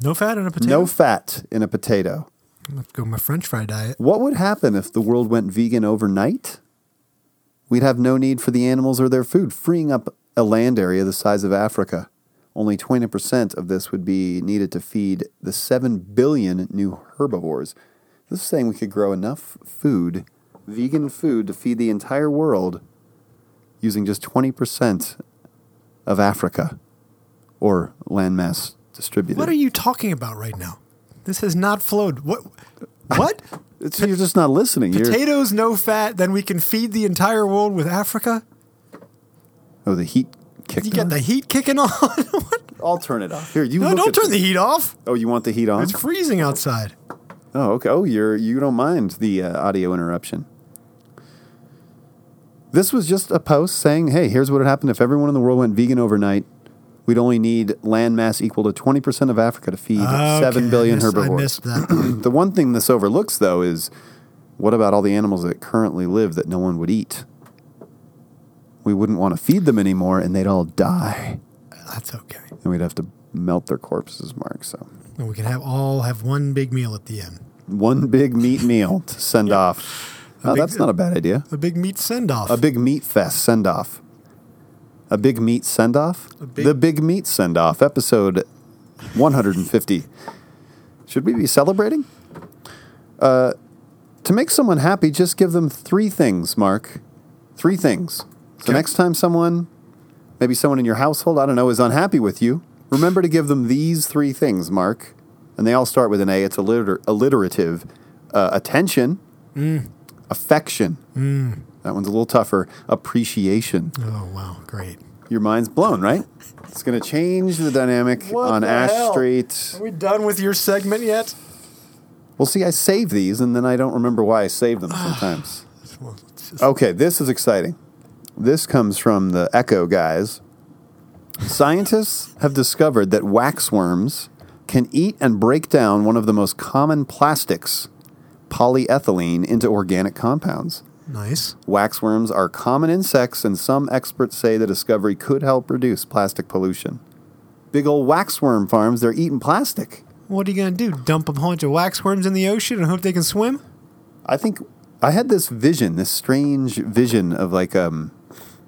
Speaker 2: No fat in a potato.
Speaker 1: No fat in a potato.
Speaker 2: I'm gonna have to go with my French fry diet.
Speaker 1: What would happen if the world went vegan overnight? We'd have no need for the animals or their food, freeing up a land area the size of Africa. Only 20% of this would be needed to feed the 7 billion new herbivores. This is saying we could grow enough food, vegan food, to feed the entire world using just 20% of Africa or landmass distributed.
Speaker 2: What are you talking about right now? This has not flowed. What? What?
Speaker 1: It's- you're just not listening. You're-
Speaker 2: Potatoes, no fat. Then we can feed the entire world with Africa.
Speaker 1: oh, the heat kicked
Speaker 2: You got
Speaker 1: on?
Speaker 2: the heat kicking on. What?
Speaker 1: I'll turn it off. Here, you
Speaker 2: no,
Speaker 1: look
Speaker 2: don't
Speaker 1: at
Speaker 2: turn the heat off.
Speaker 1: Oh, you want the heat on?
Speaker 2: It's freezing outside.
Speaker 1: Oh, okay. Oh, you're you don't mind the uh, audio interruption. This was just a post saying, "Hey, here's what would happen if everyone in the world went vegan overnight. We'd only need land mass equal to 20% of Africa to feed
Speaker 2: Okay,
Speaker 1: 7 billion
Speaker 2: I missed-
Speaker 1: herbivores."
Speaker 2: I missed that.
Speaker 1: the one thing this overlooks though is what about all the animals that currently live that no one would eat? We wouldn't want to feed them anymore and they'd all die
Speaker 2: That's okay.
Speaker 1: and we'd have to melt their corpses, Mark. So,
Speaker 2: And we can have all have one big meal at the end.
Speaker 1: one big meat meal to send off. Oh,
Speaker 2: big-
Speaker 1: that's not a bad idea.
Speaker 2: A big meat send off.
Speaker 1: A big meat fest send off. A big meat send off?
Speaker 2: big-
Speaker 1: The big meat send off, episode 150. Should we be celebrating? Uh, to make someone happy, just give them three things, Mark. Three things. So next time someone, maybe someone in your household, I don't know, is unhappy with you, remember to give them these three things, Mark. And they all start with an A. It's alliter- alliterative. Uh, attention, affection. That one's a little tougher. Appreciation.
Speaker 2: oh, wow. Great.
Speaker 1: Your mind's blown, right? It's going to change the dynamic
Speaker 2: What
Speaker 1: on
Speaker 2: the
Speaker 1: Ash
Speaker 2: hell?
Speaker 1: Street.
Speaker 2: Are we done with your segment yet?
Speaker 1: Well, see, I save these and then I don't remember why I save them sometimes.
Speaker 2: Well, it's just-
Speaker 1: Okay, this is exciting. This comes from the Echo guys. Scientists have discovered that waxworms can eat and break down one of the most common plastics, polyethylene, into organic compounds.
Speaker 2: Nice.
Speaker 1: Waxworms are common insects, and some experts say the discovery could help reduce plastic pollution. Big old waxworm farms, they're eating plastic.
Speaker 2: What are you going to do? Dump a bunch of waxworms in the ocean and hope they can swim?
Speaker 1: I think I had this vision, this strange vision of like, um,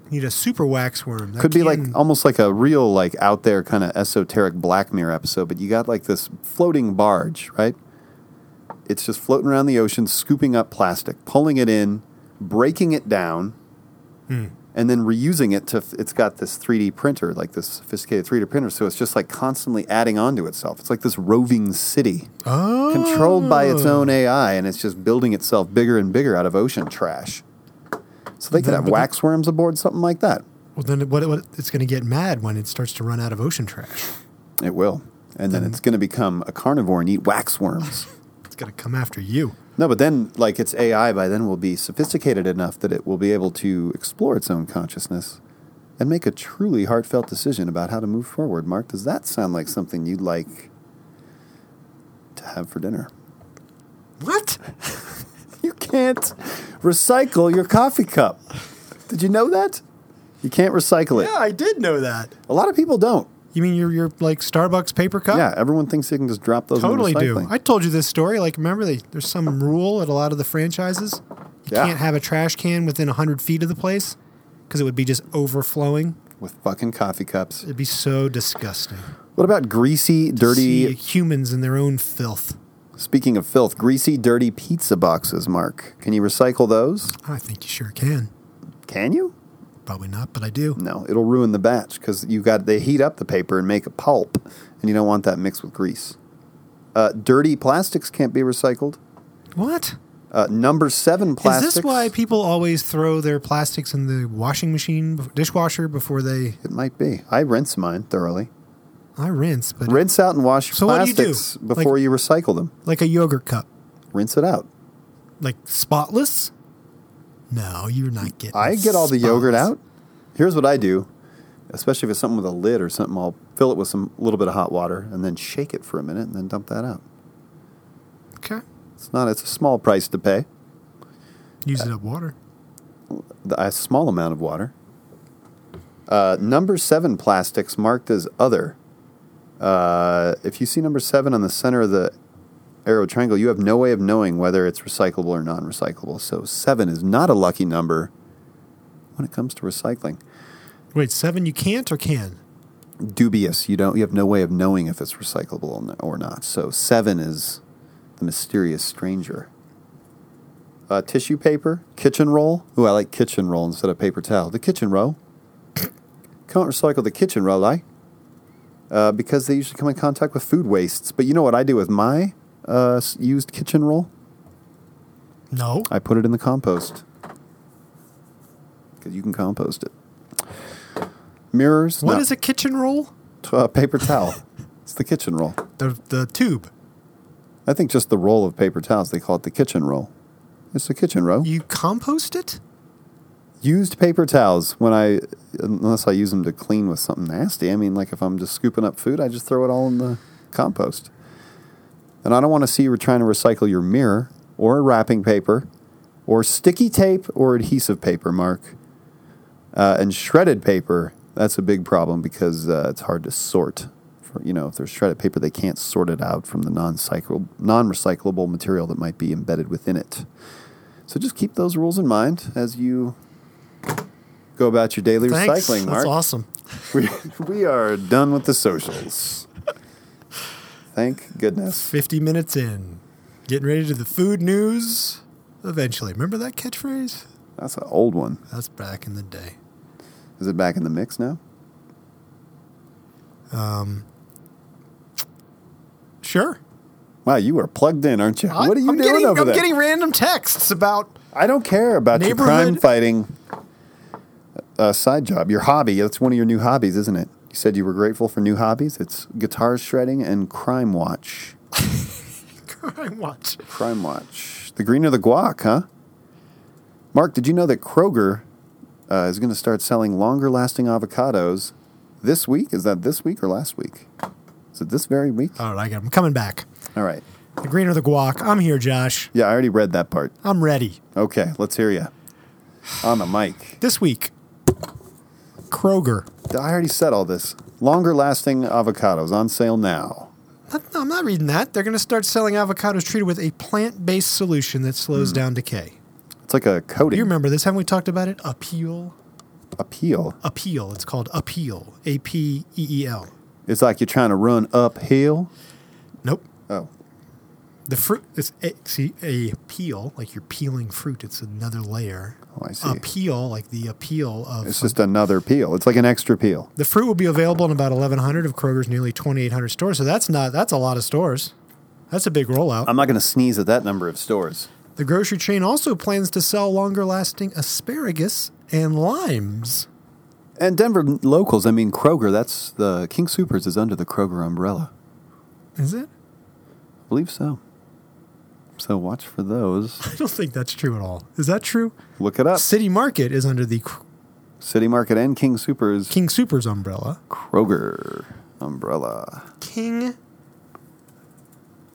Speaker 2: Need a super waxworm. That
Speaker 1: could be like
Speaker 2: can-
Speaker 1: almost like a real, like out there kind of esoteric Black Mirror episode, but you got like this floating barge, right? It's just floating around the ocean, scooping up plastic, pulling it in, breaking it down,
Speaker 2: Hmm.
Speaker 1: and then reusing it to f- it's got this 3D printer, like this sophisticated 3D printer. So it's just like constantly adding on to itself. It's like this roving city
Speaker 2: Oh.
Speaker 1: controlled by its own AI and it's just building itself bigger and bigger out of ocean trash. So they could
Speaker 2: Then-
Speaker 1: have
Speaker 2: but the-
Speaker 1: waxworms aboard something like that.
Speaker 2: Well, then what, what, it's going to get mad when it starts to run out of ocean trash.
Speaker 1: It will. And then it's going to become a carnivore and eat waxworms.
Speaker 2: It's going to come after you.
Speaker 1: no, but then like its AI by then will be sophisticated enough that it will be able to explore its own consciousness and make a truly heartfelt decision about how to move forward. Mark, does that sound like something you'd like to have for dinner?
Speaker 2: What?
Speaker 1: You can't recycle your coffee cup. Did you know that? You can't recycle it.
Speaker 2: Yeah, I did know that.
Speaker 1: A lot of people don't.
Speaker 2: You mean your your like Starbucks paper cup?
Speaker 1: Yeah, everyone thinks they can just drop those.
Speaker 2: totally
Speaker 1: in the
Speaker 2: do.
Speaker 1: recycling.
Speaker 2: I told you this story. Like, remember, they, there's some rule at a lot of the franchises. You
Speaker 1: Yeah.
Speaker 2: can't have a trash can within 100 feet of the place because it would be just overflowing.
Speaker 1: With fucking coffee cups.
Speaker 2: It'd be so disgusting.
Speaker 1: What about greasy,
Speaker 2: See
Speaker 1: dirty?
Speaker 2: humans in their own filth.
Speaker 1: Speaking of filth, greasy, dirty pizza boxes. Mark, can you recycle those?
Speaker 2: I think you sure can.
Speaker 1: Can you?
Speaker 2: Probably not, but I do.
Speaker 1: No, it'll ruin the batch because you got they heat up the paper and make a pulp, and you don't want that mixed with grease. Uh, dirty plastics can't be recycled.
Speaker 2: What?
Speaker 1: Uh, number seven plastics.
Speaker 2: Is this why people always throw their plastics in the washing machine, bef- dishwasher before they?
Speaker 1: It might be. I rinse mine thoroughly.
Speaker 2: I rinse, but
Speaker 1: Rinse out and wash
Speaker 2: So what do you do?
Speaker 1: plastics before
Speaker 2: Like-
Speaker 1: you recycle them.
Speaker 2: like a yogurt cup,
Speaker 1: Rinse it out.
Speaker 2: like spotless. No, you're not getting.
Speaker 1: I get all the yogurt
Speaker 2: spotless.
Speaker 1: out. Here's what I do, especially if it's something with a lid or something. I'll fill it with some little bit of hot water and then shake it for a minute and then dump that out.
Speaker 2: Okay.
Speaker 1: It's not. It's a small price to pay.
Speaker 2: Use it up water.
Speaker 1: th- a small amount of water. Uh, number seven plastics marked as other. Uh, if you see number seven on the center of the arrow triangle, you have no way of knowing whether it's recyclable or non recyclable. So seven is not a lucky number when it comes to recycling.
Speaker 2: Wait, seven you can't or can?
Speaker 1: Dubious. You don't. You have no way of knowing if it's recyclable or not. So seven is the mysterious stranger. Uh, tissue paper, kitchen roll. Ooh, I like kitchen roll instead of paper towel. The kitchen roll. Can't recycle the kitchen roll, I. Uh, because they usually come in contact with food wastes. But you know what I do with my uh, s- used kitchen roll?
Speaker 2: No.
Speaker 1: I put it in the compost. Because you can compost it. Mirrors.
Speaker 2: What
Speaker 1: no,
Speaker 2: is a kitchen roll?
Speaker 1: t- uh, paper towel. it's the kitchen roll.
Speaker 2: The the tube.
Speaker 1: I think just the roll of paper towels. They call it the kitchen roll. It's the kitchen roll.
Speaker 2: You compost it?
Speaker 1: Used paper towels when I, unless I use them to clean with something nasty. I mean, like if I'm just scooping up food, I just throw it all in the compost. And I don't want to see you trying to recycle your mirror or wrapping paper or sticky tape or adhesive paper, Mark. Uh, and shredded paper, that's a big problem because uh, it's hard to sort. For, you know, if there's shredded paper, they can't sort it out from the non recyclable material that might be embedded within it. So just keep those rules in mind as you go about your daily
Speaker 2: Thanks.
Speaker 1: recycling, Mark
Speaker 2: That's awesome.
Speaker 1: we, we are done with the socials. Thank goodness.
Speaker 2: 50 minutes in. Getting ready to the food news eventually. Remember that catchphrase?
Speaker 1: That's an old one.
Speaker 2: That's back in the day.
Speaker 1: Is it back in the mix now?
Speaker 2: Sure.
Speaker 1: Wow, you are plugged in, aren't you? what are you
Speaker 2: I'm
Speaker 1: doing
Speaker 2: getting,
Speaker 1: over
Speaker 2: I'm
Speaker 1: there?
Speaker 2: getting random texts about
Speaker 1: I don't care about your
Speaker 2: Neighborhood-
Speaker 1: crime fighting uh, side job, your hobby. That's one of your new hobbies, isn't it? You said you were grateful for new hobbies. It's guitar shredding and crime watch.
Speaker 2: crime watch.
Speaker 1: Crime Watch. The green or the guac, huh? Mark, did you know that Kroger uh, is going to start selling longer lasting avocados this week? Is that this week or last week? Is it this very week?
Speaker 2: All right, I got I'm coming back.
Speaker 1: All right.
Speaker 2: The green or the guac. I'm here, Josh.
Speaker 1: Yeah, I already read that part.
Speaker 2: I'm ready.
Speaker 1: Okay, let's hear you. On the mic.
Speaker 2: This week, Kroger.
Speaker 1: I already said all this. Longer lasting avocados on sale now.
Speaker 2: Not- no, I'm not reading that. They're going to start selling avocados treated with a plant based solution that
Speaker 1: Hmm.
Speaker 2: slows down decay.
Speaker 1: It's like a coating.
Speaker 2: You remember this? Haven't we talked about it? Appeal.
Speaker 1: Appeal.
Speaker 2: Appeal. It's called Appeal. A P E E L.
Speaker 1: It's like you're trying to run uphill.
Speaker 2: Nope.
Speaker 1: Oh,
Speaker 2: The fruit is a, see a peel, like you're peeling fruit. It's another layer.
Speaker 1: Oh, I see.
Speaker 2: Appeal, like the appeal of
Speaker 1: it's just another peel. It's like an extra peel.
Speaker 2: the fruit will be available in about 1,100 of Kroger's nearly 2,800 stores. So that's not that's a lot of stores. That's a big rollout.
Speaker 1: I'm not going to sneeze at that number of stores.
Speaker 2: the grocery chain also plans to sell longer-lasting asparagus and limes.
Speaker 1: And Denver locals, I mean Kroger, that's the King Supers is under the Kroger umbrella.
Speaker 2: Is it?
Speaker 1: I believe so. So watch for those.
Speaker 2: I don't think that's true at all. Is that true?
Speaker 1: Look it up.
Speaker 2: City Market is under the K-
Speaker 1: City Market and King Supers
Speaker 2: King Supers umbrella.
Speaker 1: Kroger umbrella.
Speaker 2: King.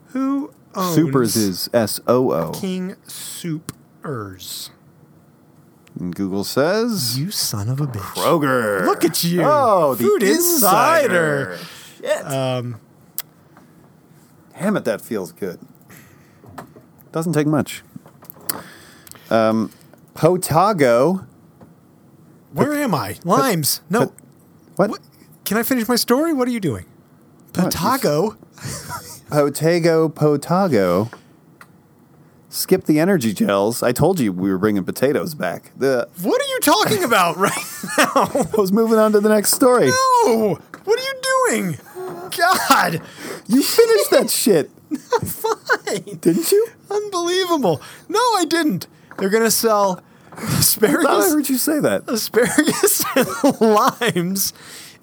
Speaker 2: Who owns
Speaker 1: Supers is S O O.
Speaker 2: King Supers?
Speaker 1: And Google says
Speaker 2: You son of a bitch.
Speaker 1: Kroger.
Speaker 2: Look at you.
Speaker 1: Oh, the
Speaker 2: Food
Speaker 1: insider.
Speaker 2: insider.
Speaker 1: Shit. Damn it, that feels good. Doesn't take much. Um, Potago.
Speaker 2: Where am I? Limes. no.
Speaker 1: What?
Speaker 2: what? Can I finish my story? What are you doing? Potago.
Speaker 1: Potago Potago. Skip the energy gels. I told you we were bringing potatoes back. The,
Speaker 2: What are you talking about right now?
Speaker 1: I was moving on to the next story.
Speaker 2: No. What are you doing? God.
Speaker 1: You finished that shit,
Speaker 2: Fine.
Speaker 1: didn't you?
Speaker 2: Unbelievable. No, I didn't. They're going to sell
Speaker 1: I thought I
Speaker 2: asparagus.
Speaker 1: heard you say that.
Speaker 2: asparagus and limes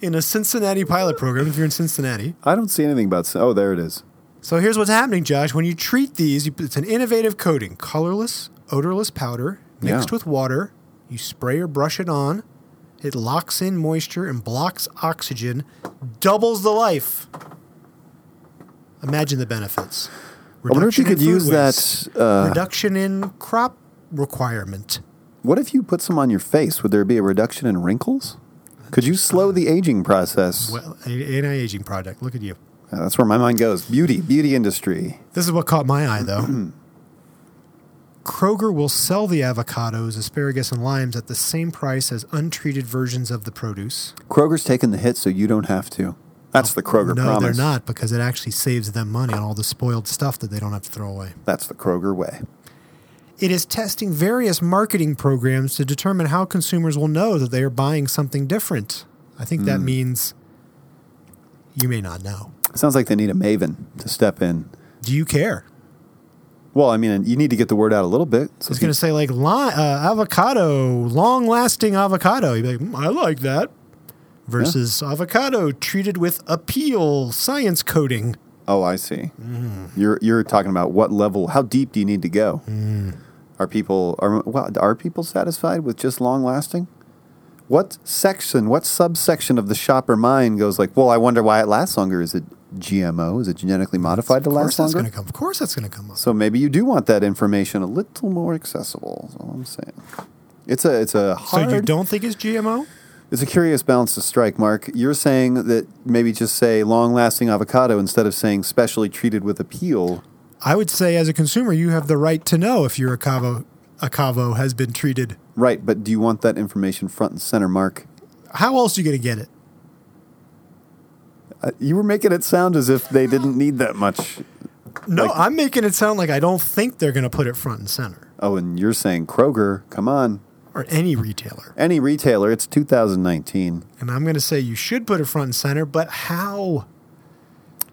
Speaker 2: in a Cincinnati pilot program if you're in Cincinnati.
Speaker 1: I don't see anything about. Oh, there it is.
Speaker 2: So here's what's happening, Josh. When you treat these, you, it's an innovative coating, colorless, odorless powder mixed
Speaker 1: Yeah.
Speaker 2: with water. You spray or brush it on. It locks in moisture and blocks oxygen, doubles the life. Imagine the benefits.
Speaker 1: I wonder if you
Speaker 2: Reduction in
Speaker 1: could
Speaker 2: food
Speaker 1: use
Speaker 2: waste.
Speaker 1: that. Uh,
Speaker 2: reduction in crop requirement.
Speaker 1: what if you put some on your face? Would there be a reduction in wrinkles? Could you slow the aging process?
Speaker 2: Well, anti aging product. Look at you.
Speaker 1: Uh, That's where my mind goes. Beauty, beauty industry.
Speaker 2: This is what caught my eye, though. Kroger will sell the avocados, asparagus, and limes at the same price as untreated versions of the produce.
Speaker 1: Kroger's taking the hit, so you don't have to. That's the Kroger
Speaker 2: no,
Speaker 1: promise.
Speaker 2: they're not because it actually saves them money on all the spoiled stuff that they don't have to throw away.
Speaker 1: That's the Kroger way.
Speaker 2: It is testing various marketing programs to determine how consumers will know that they are buying something different. I think
Speaker 1: Hmm.
Speaker 2: that means you may not know.
Speaker 1: Sounds like they need a maven to step in.
Speaker 2: Do you care?
Speaker 1: Well, I mean, you need to get the word out a little bit. So
Speaker 2: It's going to say like li- uh, avocado, long lasting avocado. You'd be like, "Mm, I like that. Versus avocado treated with appeal, science coding.
Speaker 1: Oh, I see. You're you're talking about what level? How deep do you need to go?
Speaker 2: Hmm.
Speaker 1: Are people are well? Are people satisfied with just long lasting? What section? What subsection of the shopper mind goes like? Well, I wonder why it lasts longer. Is it GMO? Is it genetically modified to
Speaker 2: Of course
Speaker 1: last
Speaker 2: that's
Speaker 1: longer?
Speaker 2: going to come. Of course that's going to come up.
Speaker 1: So maybe you do want that information a little more accessible. That's all I'm saying. It's a it's a hard.
Speaker 2: So you don't think it's GMO?
Speaker 1: It's a curious balance to strike, Mark. You're saying that maybe just say long lasting avocado instead of saying specially treated with appeal.
Speaker 2: I would say as a consumer, you have the right to know if your acavo acavo has been treated.
Speaker 1: Right, but do you want that information front and center, Mark?
Speaker 2: How else are you going to get it?
Speaker 1: Uh, you were making it sound as if they didn't need that much.
Speaker 2: No,
Speaker 1: Like-
Speaker 2: I'm making it sound like I don't think they're going to put it front and center
Speaker 1: Oh, and you're saying Kroger, come on.
Speaker 2: or any retailer.
Speaker 1: Any retailer, it's 2019.
Speaker 2: And I'm going to say you should put it front and center, but how?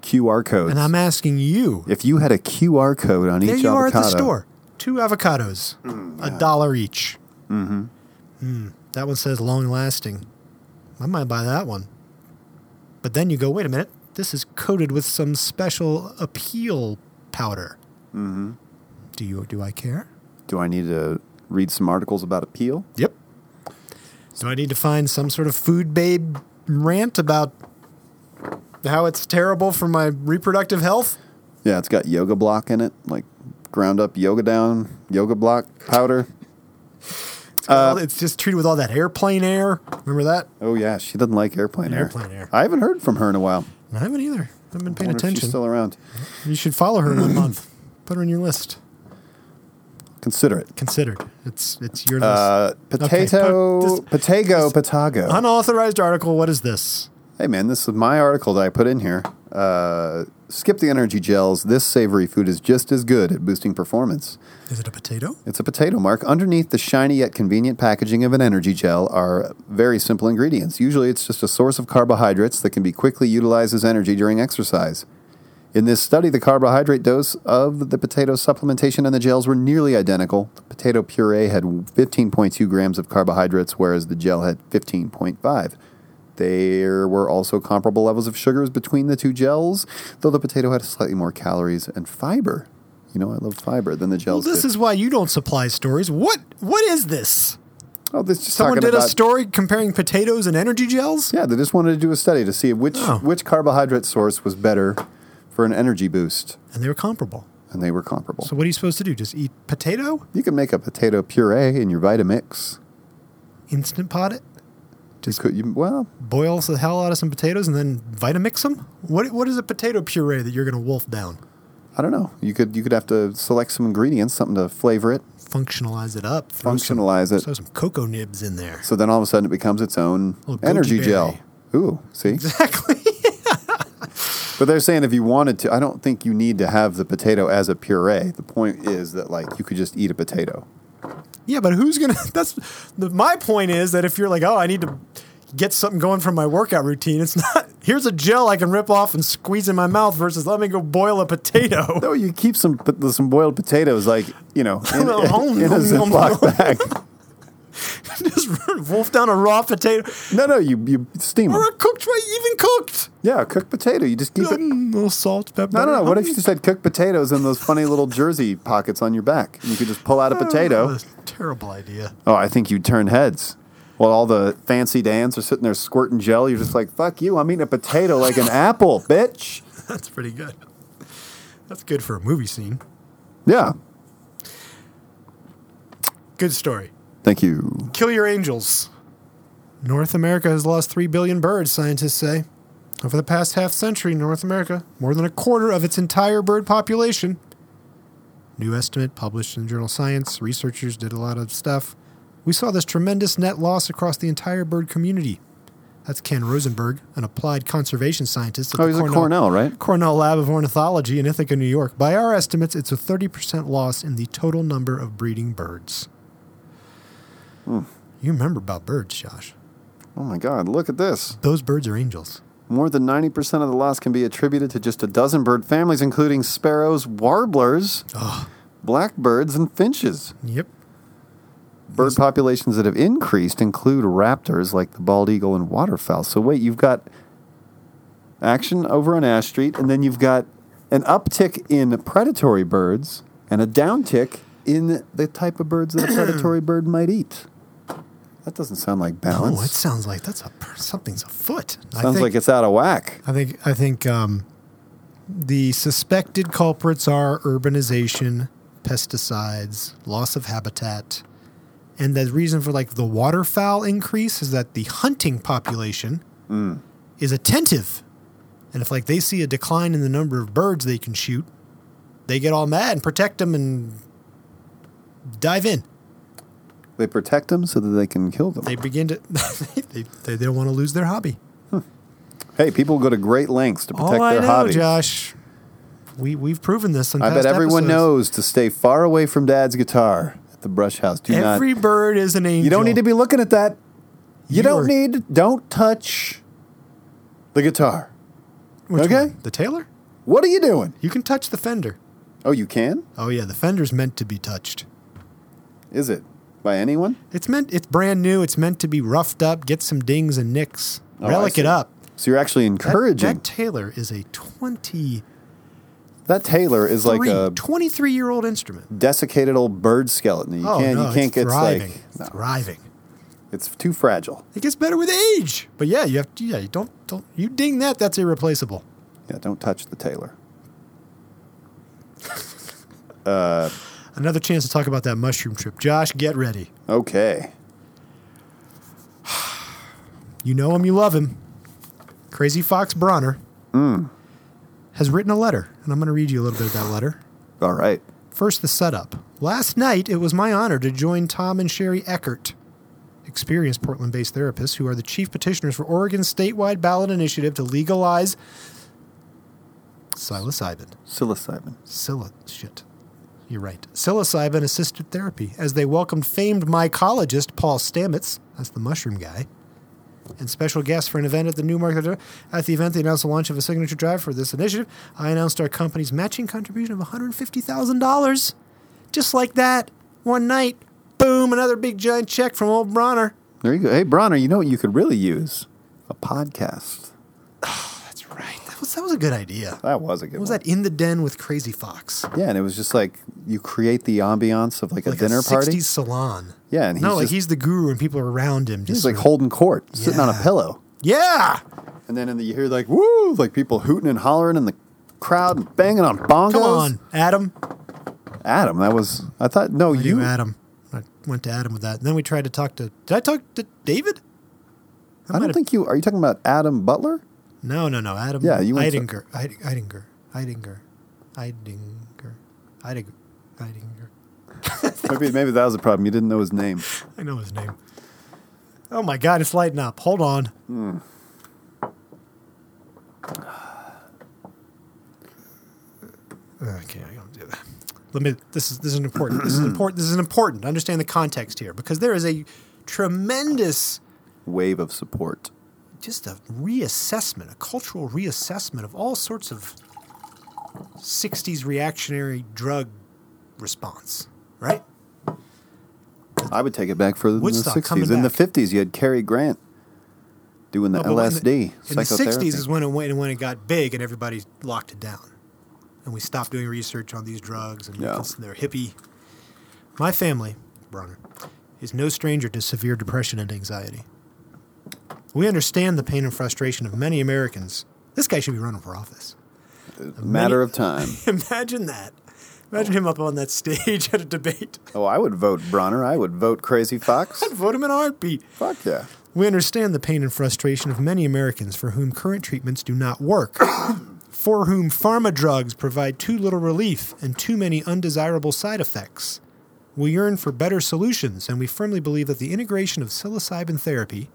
Speaker 1: QR codes.
Speaker 2: And I'm asking you.
Speaker 1: if you had a QR code on
Speaker 2: There
Speaker 1: each
Speaker 2: you
Speaker 1: avocado.
Speaker 2: are at the store. Two avocados, a dollar each. Mm-hmm. that one says long lasting. I might buy that one. But then you go, wait a minute, this is coated with some special appeal powder. Mm-hmm. Do you? Do I care?
Speaker 1: Do I need to read some articles about appeal?
Speaker 2: Yep. Do I need to find some sort of food babe rant about how it's terrible for my reproductive health?
Speaker 1: Yeah, it's got yoga block in it, like ground up yoga down, yoga block powder.
Speaker 2: Well, it's just treated with all that airplane air. Remember that?
Speaker 1: Oh, yeah, she doesn't like airplane air.
Speaker 2: Airplane air.
Speaker 1: I haven't heard from her in a while.
Speaker 2: I haven't either. I haven't been paying
Speaker 1: Wonder if
Speaker 2: attention.
Speaker 1: she's still around.
Speaker 2: You should follow her one month. Put her on your list.
Speaker 1: Consider it.
Speaker 2: Considered. It's it's your list.
Speaker 1: Uh, potato,
Speaker 2: po- this-
Speaker 1: potato, potago.
Speaker 2: Unauthorized article. What is this?
Speaker 1: Hey man, this is my article that I put in here. Uh, skip the energy gels. This savory food is just as good at boosting performance.
Speaker 2: Is it a potato?
Speaker 1: It's a potato, Mark. Underneath the shiny yet convenient packaging of an energy gel are very simple ingredients. Usually it's just a source of carbohydrates that can be quickly utilized as energy during exercise. In this study, the carbohydrate dose of the potato supplementation and the gels were nearly identical. The potato puree had 15.2 grams of carbohydrates, whereas the gel had 15.5. There were also comparable levels of sugars between the two gels, though the potato had slightly more calories and fiber. You know, I love fiber than the
Speaker 2: Well,
Speaker 1: gels.
Speaker 2: this
Speaker 1: do.
Speaker 2: is why you don't supply stories. What what is this?
Speaker 1: Oh, this just
Speaker 2: Someone
Speaker 1: talking
Speaker 2: did a
Speaker 1: about-
Speaker 2: story comparing potatoes and energy gels.
Speaker 1: Yeah, they just wanted to do a study to see which
Speaker 2: Oh.
Speaker 1: which carbohydrate source was better for an energy boost,
Speaker 2: And they were comparable.
Speaker 1: and they were comparable.
Speaker 2: So what are you supposed to do? Just eat potato?
Speaker 1: you can make a potato puree in your Vitamix.
Speaker 2: Instant pot it?
Speaker 1: Just could you, well,
Speaker 2: Boils the hell out of some potatoes and then Vitamix them? What what is a potato puree that you're going to wolf down?
Speaker 1: I don't know. You could you could have to select some ingredients, something to flavor it,
Speaker 2: Functionalize it up. Throw some-
Speaker 1: functionalize
Speaker 2: Throw
Speaker 1: it.
Speaker 2: some cocoa nibs in there.
Speaker 1: So then all of a sudden it becomes its own
Speaker 2: Little
Speaker 1: energy
Speaker 2: goji
Speaker 1: gel.
Speaker 2: berry.
Speaker 1: Ooh, see.
Speaker 2: Exactly.
Speaker 1: But they're saying if you wanted to, I don't think you need to have the potato as a puree. The point is that like you could just eat a potato.
Speaker 2: Yeah, but who's gonna? That's the, my point is that if you're like, oh, I need to get something going for my workout routine, it's not. Here's a gel I can rip off and squeeze in my mouth versus let me go boil a potato.
Speaker 1: No, you keep some p- some boiled potatoes, like you know, in,
Speaker 2: Oh,
Speaker 1: in
Speaker 2: no,
Speaker 1: a
Speaker 2: no,
Speaker 1: Ziploc
Speaker 2: no.
Speaker 1: bag.
Speaker 2: Just wolf down a raw potato
Speaker 1: No, no, you you steam 'em.
Speaker 2: or a cooked, way even cooked.
Speaker 1: Yeah, cooked potato. You just keep it.
Speaker 2: Mm, little salt, pepper.
Speaker 1: No, no, no. What if you just had cooked potatoes in those funny little jersey pockets on your back? You could just pull out a potato.
Speaker 2: Ah, Terrible idea.
Speaker 1: Oh, I think you'd turn heads. While all the fancy dans are sitting there squirting gel, you're just like, "Fuck you! I'm eating a potato like an apple, bitch."
Speaker 2: That's pretty good. That's good for a movie scene.
Speaker 1: Yeah.
Speaker 2: Good story.
Speaker 1: Thank you.
Speaker 2: Kill your angels. North America has lost 3 billion birds, scientists say. Over the past half century, North America, more than a quarter of its entire bird population, New estimate published in the journal Science. Researchers did a lot of stuff. We saw this tremendous net loss across the entire bird community. That's Ken Rosenberg, an applied conservation scientist at
Speaker 1: Oh,
Speaker 2: the
Speaker 1: he's at Cornell, right?
Speaker 2: Cornell Lab of Ornithology in Ithaca, New York. By our estimates, it's a 30% loss in the total number of breeding birds.
Speaker 1: Hmm.
Speaker 2: You remember about birds, Josh.
Speaker 1: Oh my God, look at this.
Speaker 2: Those birds are angels.
Speaker 1: More than 90% of the loss can be attributed to just a dozen bird families, including sparrows, warblers, blackbirds, and finches.
Speaker 2: Yep.
Speaker 1: Bird populations that have increased include raptors like the bald eagle and waterfowl. So, wait, you've got action over on Ash Street, and then you've got an uptick in predatory birds and a downtick in the type of birds that a predatory bird might eat. That doesn't sound like balance.
Speaker 2: Oh, it sounds like that's a per- something's afoot. I
Speaker 1: sounds
Speaker 2: think,
Speaker 1: like it's out of whack.
Speaker 2: I think I think um, the suspected culprits are urbanization, pesticides, loss of habitat, and the reason for like the waterfowl increase is that the hunting population is attentive, and if like they see a decline in the number of birds they can shoot, they get all mad and protect them and dive in.
Speaker 1: They protect them so that they can kill them.
Speaker 2: They begin to they, they, they don't want to lose their hobby.
Speaker 1: Hey, people go to great lengths to protect
Speaker 2: All Oh, I
Speaker 1: their
Speaker 2: know,
Speaker 1: hobbies.
Speaker 2: Josh. We we've proven this. On
Speaker 1: I bet
Speaker 2: past
Speaker 1: everyone
Speaker 2: episodes.
Speaker 1: knows to stay far away from Dad's guitar at the brush house. Do
Speaker 2: Every
Speaker 1: not.
Speaker 2: bird is an angel.
Speaker 1: You don't need to be looking at that. You,
Speaker 2: You
Speaker 1: don't
Speaker 2: are-
Speaker 1: need. Don't touch the guitar.
Speaker 2: Which
Speaker 1: okay.
Speaker 2: one? The Taylor.
Speaker 1: What are you doing?
Speaker 2: You can touch the fender.
Speaker 1: Oh, you can?
Speaker 2: Oh yeah, the fender's meant to be touched.
Speaker 1: Is it by anyone?
Speaker 2: It's meant. It's brand new. It's meant to be roughed up, get some dings and nicks,
Speaker 1: Oh, I
Speaker 2: relic
Speaker 1: see.
Speaker 2: it up.
Speaker 1: So you're actually
Speaker 2: That-
Speaker 1: encouraging
Speaker 2: That,
Speaker 1: that,
Speaker 2: Taylor is a 23,
Speaker 1: Taylor is like uh, a
Speaker 2: 23 year old instrument.
Speaker 1: desiccated old bird skeleton. You
Speaker 2: oh
Speaker 1: can't.
Speaker 2: no,
Speaker 1: you can't
Speaker 2: it's
Speaker 1: get
Speaker 2: thriving.
Speaker 1: like. No,
Speaker 2: Thriving.
Speaker 1: it's too fragile.
Speaker 2: It gets better with age, but yeah, you have to. Yeah, you don't. Don't you ding that? That's irreplaceable.
Speaker 1: Yeah, don't touch the Taylor.
Speaker 2: Another chance to talk about that mushroom trip. Josh, get ready.
Speaker 1: Okay.
Speaker 2: You know him, you love him. Crazy Fox Bronner has written a letter, and I'm going to read you a little bit of that letter.
Speaker 1: All right.
Speaker 2: First, the setup. Last night, it was my honor to join Tom and Sherry Eckert, experienced Portland based therapists who are the chief petitioners for Oregon's statewide ballot initiative to legalize psilocybin.
Speaker 1: Psilocybin.
Speaker 2: Psilo- shit. You're right. Psilocybin assisted therapy as they welcomed famed mycologist Paul Stamets, that's the mushroom guy, and special guests for an event at the Newmarket. At the event, they announced the launch of a signature drive for this initiative. I announced our company's matching contribution of $150,000. Just like that, one night, boom, another big giant check from old Bronner.
Speaker 1: There you go. Hey, Bronner, you know what you could really use? A podcast.
Speaker 2: That's right. That was, that was a good idea.
Speaker 1: That was a good
Speaker 2: What was
Speaker 1: one.
Speaker 2: that? In the Den with Crazy Fox.
Speaker 1: Yeah, and it was just like you create the ambiance of like a
Speaker 2: like
Speaker 1: dinner
Speaker 2: a 60s
Speaker 1: party.
Speaker 2: salon.
Speaker 1: Yeah, and he's
Speaker 2: no, like
Speaker 1: just-
Speaker 2: he's the guru and people are around him. Just
Speaker 1: He's like
Speaker 2: sort of-
Speaker 1: holding court, sitting on a
Speaker 2: Yeah.
Speaker 1: pillow.
Speaker 2: yeah,
Speaker 1: And then in the, you hear like, woo, like people hooting and hollering in the crowd and banging on bongos.
Speaker 2: come on, Adam.
Speaker 1: Adam, that was, I thought, no,
Speaker 2: I knew
Speaker 1: you,
Speaker 2: Adam. I went to Adam with that. And then we tried to talk to. Did I talk to David?
Speaker 1: I don't
Speaker 2: might've-
Speaker 1: think you, are you talking about Adam Butler?
Speaker 2: No, no, no. Adam.
Speaker 1: Yeah, you went to-
Speaker 2: Eidinger. Eid- Eidinger. Eidinger. Eidinger. Eidinger. Eidinger.
Speaker 1: maybe, maybe that was the problem. You didn't know his name.
Speaker 2: I know his name. Oh my God, it's lighting up. Hold on. Okay, I don't do that. Let me. This is this is important. This is important. This is important. Understand the context here because there is a tremendous,
Speaker 1: Wave of support.
Speaker 2: just a reassessment, a cultural reassessment of all sorts of '60s reactionary drug response. Right?
Speaker 1: I would take it back further than
Speaker 2: Woodstock
Speaker 1: the
Speaker 2: coming
Speaker 1: 60s. In the
Speaker 2: back.
Speaker 1: 50s, you had Cary Grant doing the
Speaker 2: No, but when
Speaker 1: LSD.
Speaker 2: In
Speaker 1: psychotherapy.
Speaker 2: the sixties is when it went, when it got big and everybody locked it down, and we stopped doing research on these drugs and
Speaker 1: Yeah.
Speaker 2: they're hippie. My family, Bronner, is no stranger to severe depression and anxiety. We understand the pain and frustration of many Americans. This guy should be running for office.
Speaker 1: Matter of time.
Speaker 2: Imagine that. Imagine him up on that stage at a debate.
Speaker 1: Oh, I would vote Bronner. I would vote Crazy Fox.
Speaker 2: Vote him in a heartbeat.
Speaker 1: Fuck yeah.
Speaker 2: We understand the pain and frustration of many Americans for whom current treatments do not work. for whom pharma drugs provide too little relief and too many undesirable side effects. We yearn for better solutions, and we firmly believe that the integration of psilocybin therapy,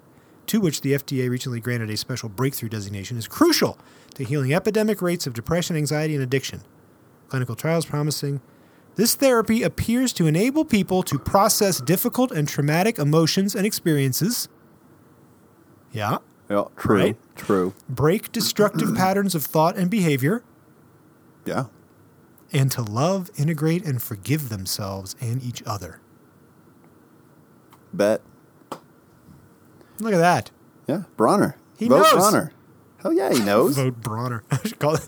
Speaker 2: to which the FDA recently granted a special breakthrough designation, is crucial to healing epidemic rates of depression, anxiety, and addiction. Clinical trials promising this therapy appears to enable people to process difficult and traumatic emotions and experiences. Yeah
Speaker 1: Yeah, true.
Speaker 2: Right.
Speaker 1: True.
Speaker 2: break destructive patterns of thought and behavior,
Speaker 1: Yeah.
Speaker 2: and to love, integrate, and forgive themselves and each other.
Speaker 1: Bet.
Speaker 2: Look at that.
Speaker 1: Yeah. Bronner.
Speaker 2: He
Speaker 1: Vote
Speaker 2: knows.
Speaker 1: Bronner. Hell yeah, he knows.
Speaker 2: Vote Bronner. I should call it.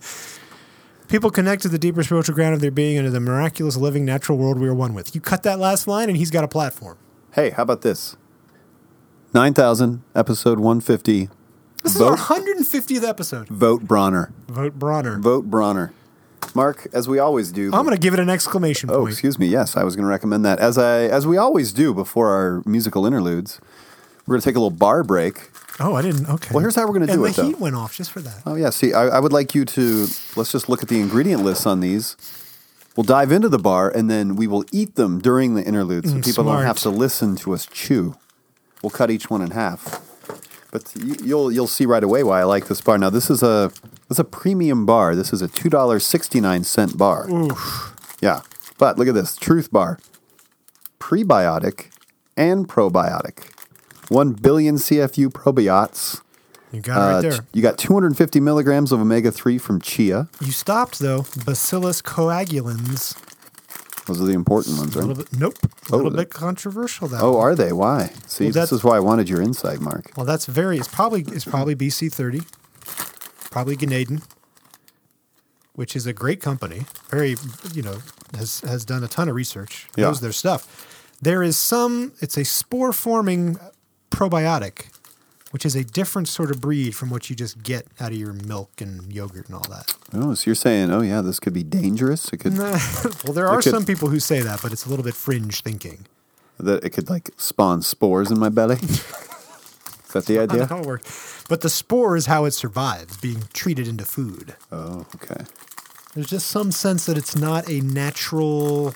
Speaker 2: People connect to the deeper spiritual ground of their being and to the miraculous living natural world we are one with. You cut that last line, and he's got a platform.
Speaker 1: hey, how about this? 9,000, episode 150.
Speaker 2: This
Speaker 1: Vote-
Speaker 2: is our 150th episode.
Speaker 1: Vote Bronner.
Speaker 2: Vote Bronner.
Speaker 1: Vote Bronner. Mark, as we always do.
Speaker 2: I'm going to give it an exclamation
Speaker 1: Oh,
Speaker 2: point.
Speaker 1: excuse me. Yes, I was going to recommend that. As I as we always do before our musical interludes, we're going to take a little bar break.
Speaker 2: Oh, I didn't. Okay.
Speaker 1: Well, here's how we're gonna do
Speaker 2: and
Speaker 1: it,
Speaker 2: The
Speaker 1: though.
Speaker 2: heat went off just for that.
Speaker 1: Oh yeah. See, I, I would like you to let's just look at the ingredient lists on these. We'll dive into the bar and then we will eat them during the interlude, so people
Speaker 2: smart.
Speaker 1: don't have to listen to us chew. We'll cut each one in half. But you, you'll you'll see right away why I like this bar. Now this is a this is a premium bar. This is a two dollar sixty nine cent bar. Yeah. But look at this Truth Bar. Prebiotic and probiotic. 1 billion CFU probiots.
Speaker 2: You got it right
Speaker 1: Uh,
Speaker 2: there.
Speaker 1: t- you got 250 milligrams of omega 3 from chia.
Speaker 2: You stopped, though. Bacillus coagulans.
Speaker 1: Those are the important ones,
Speaker 2: A little
Speaker 1: right?
Speaker 2: bit, nope. A little
Speaker 1: Oh.
Speaker 2: bit controversial that.
Speaker 1: Oh, are they? Why? See,
Speaker 2: Well,
Speaker 1: this
Speaker 2: that's-
Speaker 1: is why I wanted your insight, Mark.
Speaker 2: Well, that's very. It's probably it's probably BC thirty, probably Ganadin, which is a great company. Very, you know, has has done a ton of research.
Speaker 1: Yeah.
Speaker 2: Knows their stuff. There is some. It's a spore forming probiotic, which is a different sort of breed from what you just get out of your milk and yogurt and all that.
Speaker 1: Oh, so you're saying, oh yeah, this could be dangerous. It could
Speaker 2: well, there are
Speaker 1: could-
Speaker 2: some people who say that, but it's a little bit fringe thinking.
Speaker 1: that it could like spawn spores in my belly. is that the
Speaker 2: I don't know
Speaker 1: idea?
Speaker 2: how it works. But the spore is how it survives being treated into food.
Speaker 1: Oh, okay.
Speaker 2: There's just some sense that it's not a natural,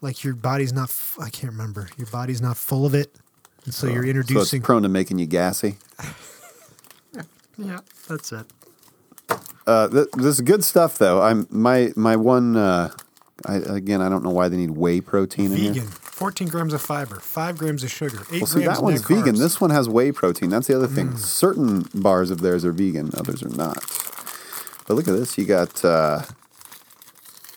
Speaker 2: like your body's not, f- I can't remember, your body's not full of it. And so you're
Speaker 1: Oh, So it's
Speaker 2: introducing.
Speaker 1: prone to making you gassy.
Speaker 2: yeah, that's it.
Speaker 1: Uh, th- this is good stuff, though. I'm my my one. Uh, I, again, I don't know why they need whey protein in
Speaker 2: Vegan,
Speaker 1: here.
Speaker 2: 14 grams of fiber, 5 grams of sugar, 8
Speaker 1: Well,
Speaker 2: grams
Speaker 1: see, that
Speaker 2: net
Speaker 1: one's vegan.
Speaker 2: carbs. Mm.
Speaker 1: This one has whey protein. That's the other thing. Certain bars of theirs are vegan, others are not. But look at this. You got, uh,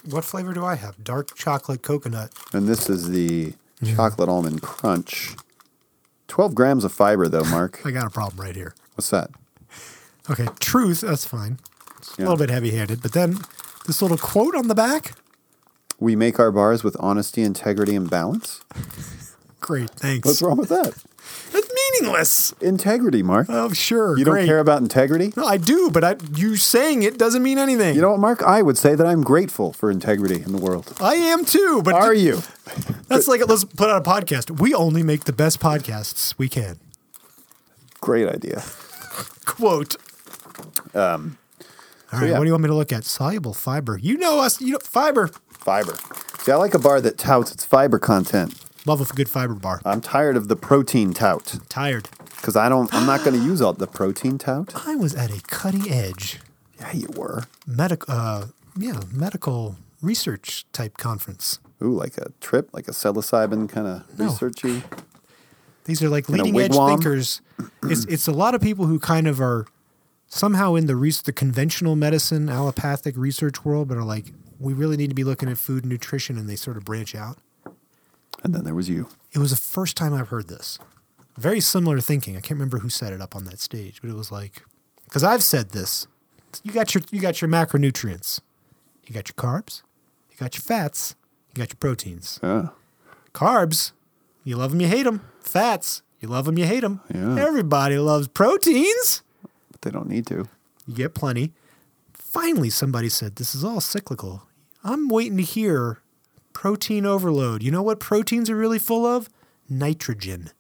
Speaker 2: What flavor do I have? Dark chocolate coconut.
Speaker 1: and this is the chocolate almond crunch. 12 grams of fiber, though, Mark.
Speaker 2: I got a problem right here.
Speaker 1: What's that?
Speaker 2: Okay, truth, that's fine. It's
Speaker 1: Yeah.
Speaker 2: a little bit heavy handed, but then this little quote on the back.
Speaker 1: We make our bars with honesty, integrity, and balance.
Speaker 2: Great,
Speaker 1: What's
Speaker 2: thanks.
Speaker 1: wrong with that?
Speaker 2: That's meaningless.
Speaker 1: Integrity, Mark.
Speaker 2: Oh, sure.
Speaker 1: you
Speaker 2: great.
Speaker 1: don't care about integrity?
Speaker 2: No, I do, but I, you saying it doesn't mean anything.
Speaker 1: You know what, Mark? I would say that I'm grateful for integrity in the world.
Speaker 2: I am too, but
Speaker 1: Are you?
Speaker 2: that's like let's put out a podcast. We only make the best podcasts we can.
Speaker 1: Great idea.
Speaker 2: Quote. Um. All right.
Speaker 1: Um, yeah.
Speaker 2: What do you want me to look at? Soluble fiber. You know us. You know fiber.
Speaker 1: Fiber. See, I like a bar that touts its fiber content.
Speaker 2: Love of a good fiber bar.
Speaker 1: I'm tired of the protein tout
Speaker 2: Tired.
Speaker 1: because I don't. I'm not going to use all the protein tout.
Speaker 2: I was at a cutting edge
Speaker 1: Yeah, you were.
Speaker 2: medical. Uh, yeah, medical research type conference.
Speaker 1: Ooh, like a trip, like a psilocybin kind of
Speaker 2: No.
Speaker 1: researchy.
Speaker 2: These are like
Speaker 1: a
Speaker 2: leading edge
Speaker 1: wigwam?
Speaker 2: thinkers. It's it's a lot of people who kind of are somehow in the res- the conventional medicine, allopathic research world, but are like, we really need to be looking at food and nutrition, and they sort of branch out.
Speaker 1: And then there was you.
Speaker 2: It was the first time I've heard this. Very similar thinking. I can't remember who set it up on that stage, but it was like, because I've said this. You got your you got your macronutrients, you got your carbs, you got your fats, you got your proteins.
Speaker 1: Yeah.
Speaker 2: Carbs, you love them, you hate them. Fats, you love them, you hate them.
Speaker 1: Yeah.
Speaker 2: Everybody loves proteins.
Speaker 1: But they don't need to.
Speaker 2: You get plenty. Finally, somebody said, This is all cyclical. I'm waiting to hear protein overload. You know what proteins are really full of? Nitrogen.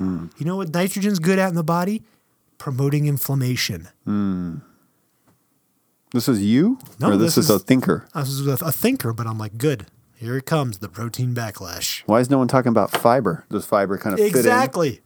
Speaker 2: You know what nitrogen's good at in the body? Promoting inflammation.
Speaker 1: This is you?
Speaker 2: No,
Speaker 1: or this,
Speaker 2: this
Speaker 1: is, a
Speaker 2: is-
Speaker 1: thinker.
Speaker 2: I was a a thinker, but I'm like, good. Here it comes, the protein backlash.
Speaker 1: Why is no one talking about fiber? Does fiber kind of fit
Speaker 2: Exactly.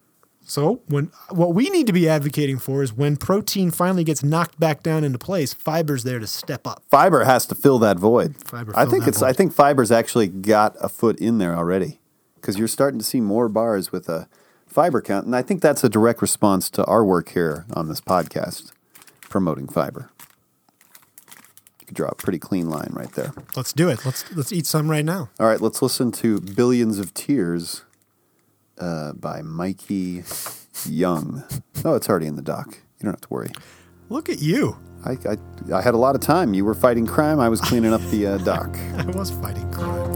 Speaker 2: So when what we need to be advocating for is when protein finally gets knocked back down into place, fiber's there to step up.
Speaker 1: in? Fiber has to fill that void.
Speaker 2: Fiber
Speaker 1: I
Speaker 2: filled
Speaker 1: think
Speaker 2: that
Speaker 1: it's I
Speaker 2: void.
Speaker 1: think fiber's actually got a foot in there already. Because you're starting to see more bars with a fiber count. And I think that's a direct response to our work here on this podcast, promoting fiber. You could draw a pretty clean line right there.
Speaker 2: Let's do it. Let's let's eat some right now.
Speaker 1: All right, let's listen to Billions of Tears uh, by Mikey Young. Oh, it's already in the dock. You don't have to worry.
Speaker 2: Look at you.
Speaker 1: I, I, I had a lot of time. You were fighting crime. I was cleaning up the uh, dock.
Speaker 2: I was fighting crime.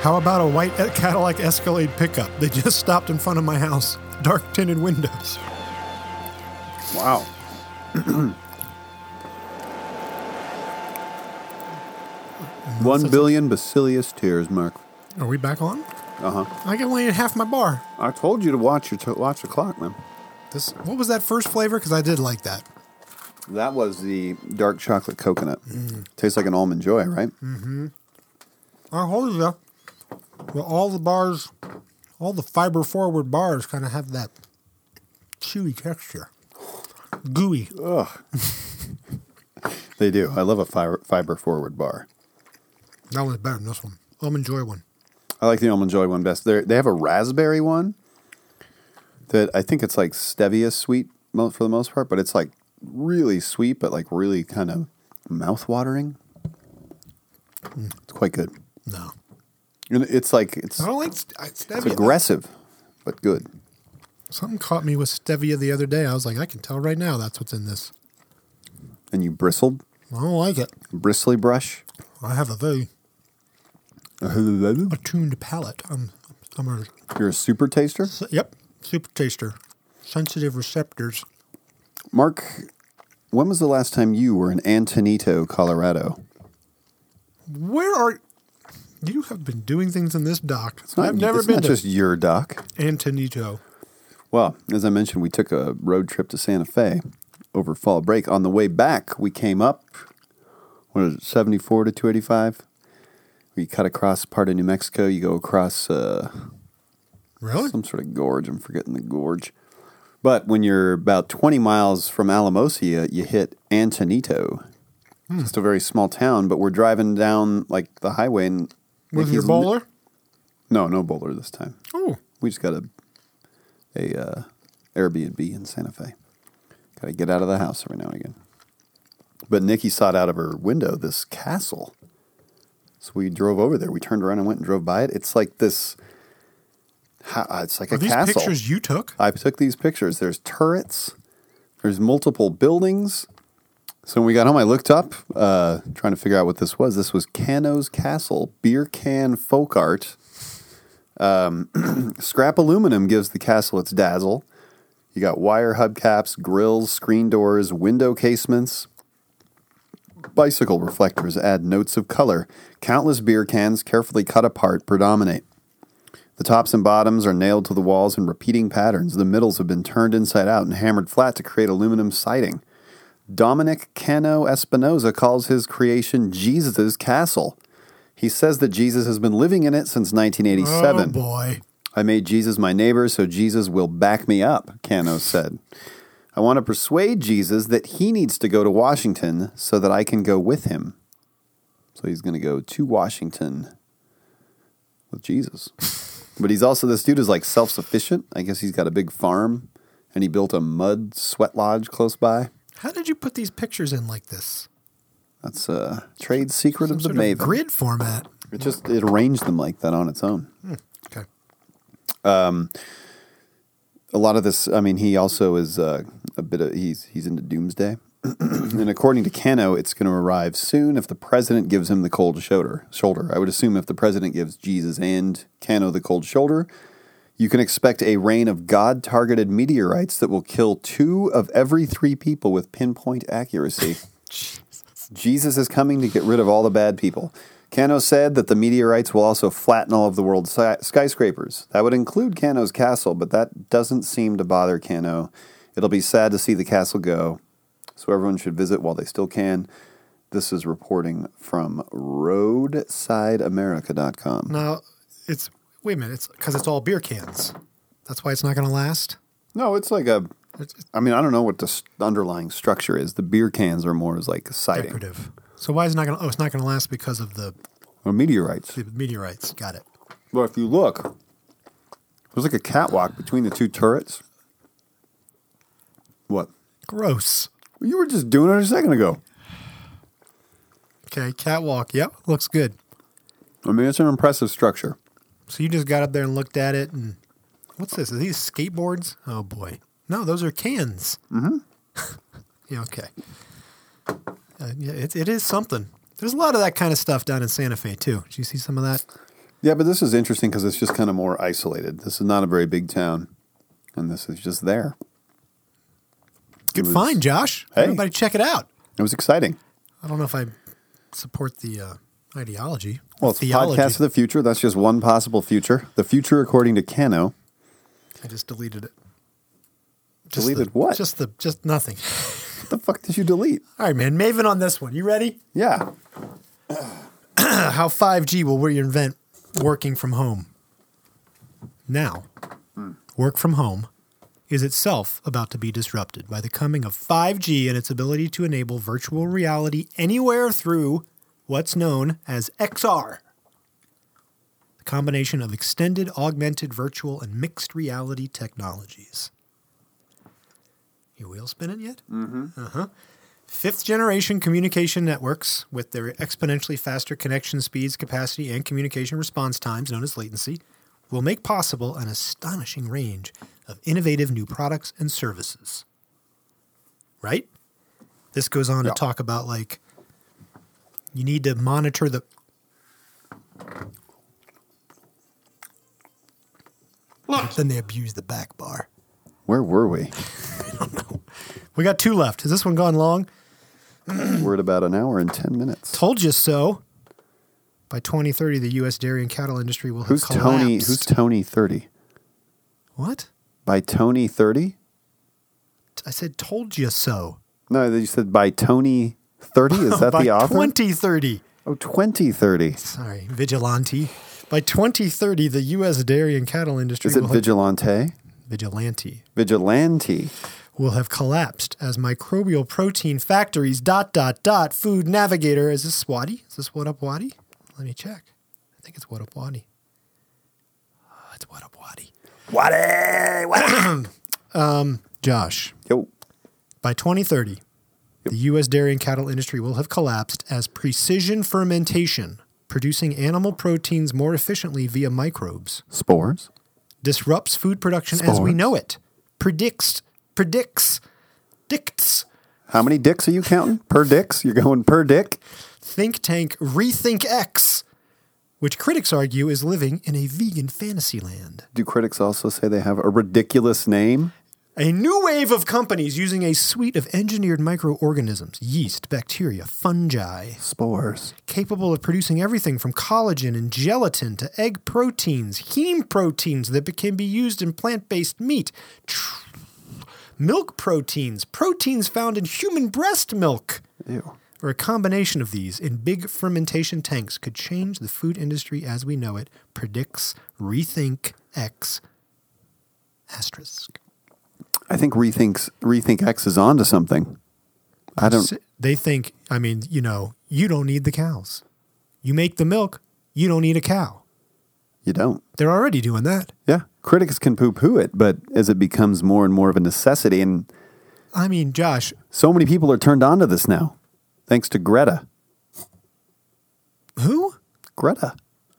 Speaker 2: How about a white Cadillac Escalade pickup? They just stopped in front of my house. Dark tinted windows.
Speaker 1: Wow. One billion Basilius tears, Mark.
Speaker 2: Are we back on?
Speaker 1: Uh huh.
Speaker 2: I can only eat half my bar.
Speaker 1: I told you to watch your t- watch the clock, man.
Speaker 2: This what was that first flavor? Because I did like that.
Speaker 1: That was the dark chocolate coconut. Tastes like an almond joy, right?
Speaker 2: I hold you. Well, all the bars, all the fiber forward bars kind of have that chewy texture. Gooey.
Speaker 1: They do. I love a fiber, fiber forward bar.
Speaker 2: That one's better than this one. Almond Joy one.
Speaker 1: I like the almond joy one best. They they have a raspberry one that I think it's like stevia sweet mo- for the most part, but it's like really sweet, but like really kind of mouth watering. It's quite good.
Speaker 2: No.
Speaker 1: And It's like it's,
Speaker 2: I don't like st- I-
Speaker 1: it's
Speaker 2: stevia.
Speaker 1: aggressive, but good.
Speaker 2: Something caught me with stevia the other day. I was like, I can tell right now that's what's in this.
Speaker 1: And you bristled,
Speaker 2: I don't like it.
Speaker 1: bristly brush.
Speaker 2: I have a very
Speaker 1: You're
Speaker 2: attuned palate. I'm, I'm a,
Speaker 1: a super taster.
Speaker 2: s- yep, super taster. Sensitive receptors.
Speaker 1: Mark, when was the last time you were in Antonito, Colorado?
Speaker 2: Where are you? Have been doing things in this dock.
Speaker 1: It's not-
Speaker 2: I've never
Speaker 1: it's
Speaker 2: been
Speaker 1: not
Speaker 2: to
Speaker 1: just your doc.
Speaker 2: Antonito.
Speaker 1: Well, as I mentioned, we took a road trip to Santa Fe over fall break. On the way back, we came up, what is it, 74 to 285? We cut across part of New Mexico. You go across uh,
Speaker 2: Really?
Speaker 1: some sort of gorge. I'm forgetting the gorge. But when you're about 20 miles from Alamosia, you hit Antonito.
Speaker 2: Hmm.
Speaker 1: It's Just a very small town, but we're driving down like the highway and
Speaker 2: With your
Speaker 1: Yankees-
Speaker 2: bowler?
Speaker 1: No, no bowler this time.
Speaker 2: Oh,
Speaker 1: We just got a a uh, Airbnb in Santa Fe. Got to get out of the house every now and again. But Nikki sought out of her window this castle, so we drove over there. We turned around and went and drove by it. It's like this. ha- uh, It's like
Speaker 2: are
Speaker 1: a
Speaker 2: these
Speaker 1: castle.
Speaker 2: pictures you took?
Speaker 1: I took these pictures. There's turrets. There's multiple buildings. So when we got home, I looked up, uh, trying to figure out what this was. This was Cano's Castle, beer can folk art. Um, scrap aluminum gives the castle its dazzle. You got wire hubcaps, grills, screen doors, window casements. Bicycle reflectors add notes of color. Countless beer cans, carefully cut apart, predominate. The tops and bottoms are nailed to the walls in repeating patterns. The middles have been turned inside out and hammered flat to create aluminum siding. Dominic Cano Espinosa calls his creation Jesus' Castle. He says that Jesus has been living in it since
Speaker 2: Oh
Speaker 1: 1987.
Speaker 2: boy.
Speaker 1: I made Jesus my neighbor, so Jesus will back me up, Cano said. I want to persuade Jesus that he needs to go to Washington so that I can go with him. So he's going to go to Washington with Jesus. But he's also, this dude is like self sufficient. I guess he's got a big farm and he built a mud sweat lodge close by.
Speaker 2: How did you put these pictures in like this?
Speaker 1: That's a trade secret
Speaker 2: Some
Speaker 1: of the
Speaker 2: sort of
Speaker 1: Maven.
Speaker 2: grid format.
Speaker 1: it just, it arranged them like that on its own.
Speaker 2: Okay.
Speaker 1: a lot of this. I mean, he also is uh, a bit of he's he's into doomsday, and according to Cano, it's going to arrive soon if the president gives him the cold shoulder. Shoulder, I would assume if the president gives Jesus and Cano the cold shoulder, you can expect a rain of God-targeted meteorites that will kill two of every three people with pinpoint accuracy. Jesus is coming to get rid of all the bad people. Cano said that the meteorites will also flatten all of the world's sky- skyscrapers. That would include Cano's castle, but that doesn't seem to bother Cano. It'll be sad to see the castle go, so everyone should visit while they still can. This is reporting from roadsideamerica.com.
Speaker 2: Now it's wait a minute. It's because it's all beer cans. That's why it's not going to last.
Speaker 1: No, it's like a.
Speaker 2: It's it's
Speaker 1: I mean, I don't know what the s- underlying structure is. The beer cans are more as like siding.
Speaker 2: decorative. So why is it not going? to? Oh, it's not going to last because of the,
Speaker 1: Or meteorites.
Speaker 2: the meteorites. Got it.
Speaker 1: But if you look, there's like a catwalk between the two turrets. What?
Speaker 2: Gross.
Speaker 1: You were just doing it a second ago.
Speaker 2: Okay, catwalk. Yep, looks good.
Speaker 1: I mean, it's an impressive structure.
Speaker 2: So you just got up there and looked at it, and what's this? Are these skateboards? Oh boy, no, those are cans. Mm-hmm. yeah, okay. Uh, yeah, it, it is something. There's a lot of that kind of stuff down in Santa Fe too. Did you see some of that?
Speaker 1: Yeah, but this is interesting because it's just kind of more isolated. This is not a very big town, and this is just there.
Speaker 2: Good
Speaker 1: was-
Speaker 2: find, Josh.
Speaker 1: Hey.
Speaker 2: Everybody, check it out.
Speaker 1: It was exciting.
Speaker 2: I don't know if I support the uh, ideology.
Speaker 1: Well, it's
Speaker 2: theology.
Speaker 1: podcast of the future. That's just one possible future. The future, according to Cano,
Speaker 2: I just deleted it.
Speaker 1: Deleted
Speaker 2: the-
Speaker 1: what?
Speaker 2: Just the just nothing.
Speaker 1: the fuck did you delete?
Speaker 2: All right, man. Maven on this one. You ready?
Speaker 1: Yeah.
Speaker 2: How 5G will reinvent working from home. Now, work from home is itself about to be disrupted by the coming of 5G and its ability to enable virtual reality anywhere through what's known as XR. The combination of extended, augmented, virtual, and mixed reality technologies. Your wheel spinning yet? Uh-huh. Fifth generation communication networks, with their exponentially faster connection speeds, capacity, and communication response times, known as latency, will make possible an astonishing range of innovative new products and services. Right? This goes on
Speaker 1: Yeah.
Speaker 2: to talk about like you need to monitor the. But then they abuse the back bar.
Speaker 1: Where were we?
Speaker 2: We got two left. Has this one gone long?
Speaker 1: we're at about an hour and 10 minutes.
Speaker 2: Told you so. By 2030, the U.S. dairy and cattle industry will have
Speaker 1: Who's
Speaker 2: collapsed.
Speaker 1: Tony? Who's Tony 30?
Speaker 2: what?
Speaker 1: By Tony 30?
Speaker 2: I said told you so.
Speaker 1: No, you said by Tony 30? Is that
Speaker 2: By
Speaker 1: the author?
Speaker 2: 2030.
Speaker 1: Oh, 2030.
Speaker 2: Sorry, vigilante. By 2030, the U.S. dairy and cattle industry
Speaker 1: Is it
Speaker 2: will
Speaker 1: vigilante?
Speaker 2: have, vigilante
Speaker 1: Vigilante.
Speaker 2: will have collapsed as microbial protein factories dot dot dot food navigator. Is this Swati? Is this what up Wadi? Let me check. I think it's what up Wadi. Oh, it's what up Wadi. Um,
Speaker 1: What?
Speaker 2: Josh,
Speaker 1: Yo.
Speaker 2: By 2030, the U.S. dairy and cattle industry will have collapsed as precision fermentation, producing animal proteins more efficiently via microbes,
Speaker 1: Spores?
Speaker 2: disrupts food production as we
Speaker 1: Spores.
Speaker 2: know it, predicts, predicts, dicts.
Speaker 1: How many dicks are you counting? per dicks? You're going per dick?
Speaker 2: Think tank Rethink X, which critics argue is living in a vegan fantasy land.
Speaker 1: Do critics also say they have a ridiculous name?
Speaker 2: A new wave of companies using a suite of engineered microorganisms, yeast, bacteria, fungi,
Speaker 1: Spores.
Speaker 2: capable of producing everything from collagen and gelatin to egg proteins, heme proteins that be- can be used in plant based meat, tr- milk proteins, proteins found in human breast milk.
Speaker 1: Ew.
Speaker 2: Or a combination of these in big fermentation tanks could change the food industry as we know it, predicts Rethink X asterisk.
Speaker 1: I think rethinks Rethink X is onto something. I don't.
Speaker 2: S- They think, I mean, you know, you don't need the cows. You make the milk, you don't need a cow.
Speaker 1: You don't.
Speaker 2: They're already doing that.
Speaker 1: Yeah. Critics can poo poo it, but as it becomes more and more of a necessity, and
Speaker 2: I mean, Josh,
Speaker 1: so many people are turned on to this now, thanks to Greta.
Speaker 2: who?
Speaker 1: Greta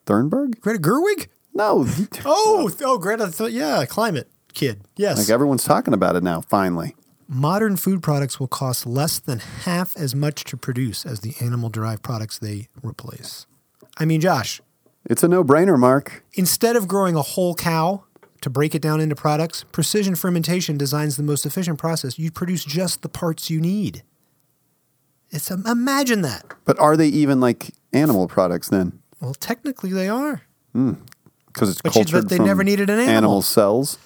Speaker 1: Thunberg?
Speaker 2: Greta Gerwig?
Speaker 1: No.
Speaker 2: Oh, th- oh, Greta. Th- yeah, climate kid. Yes.
Speaker 1: Like everyone's talking about it now, finally.
Speaker 2: Modern food products will cost less than half as much to produce as the animal derived products they replace. I mean, Josh,
Speaker 1: It's a no brainer, Mark.
Speaker 2: instead of growing a whole cow to break it down into products, precision fermentation designs the most efficient process. You produce just the parts you need. It's um, imagine that.
Speaker 1: But are they even like animal products then?
Speaker 2: Well, technically they are.
Speaker 1: Because it's
Speaker 2: But you- but
Speaker 1: cultured
Speaker 2: they
Speaker 1: from
Speaker 2: never needed an animal.
Speaker 1: animal cells.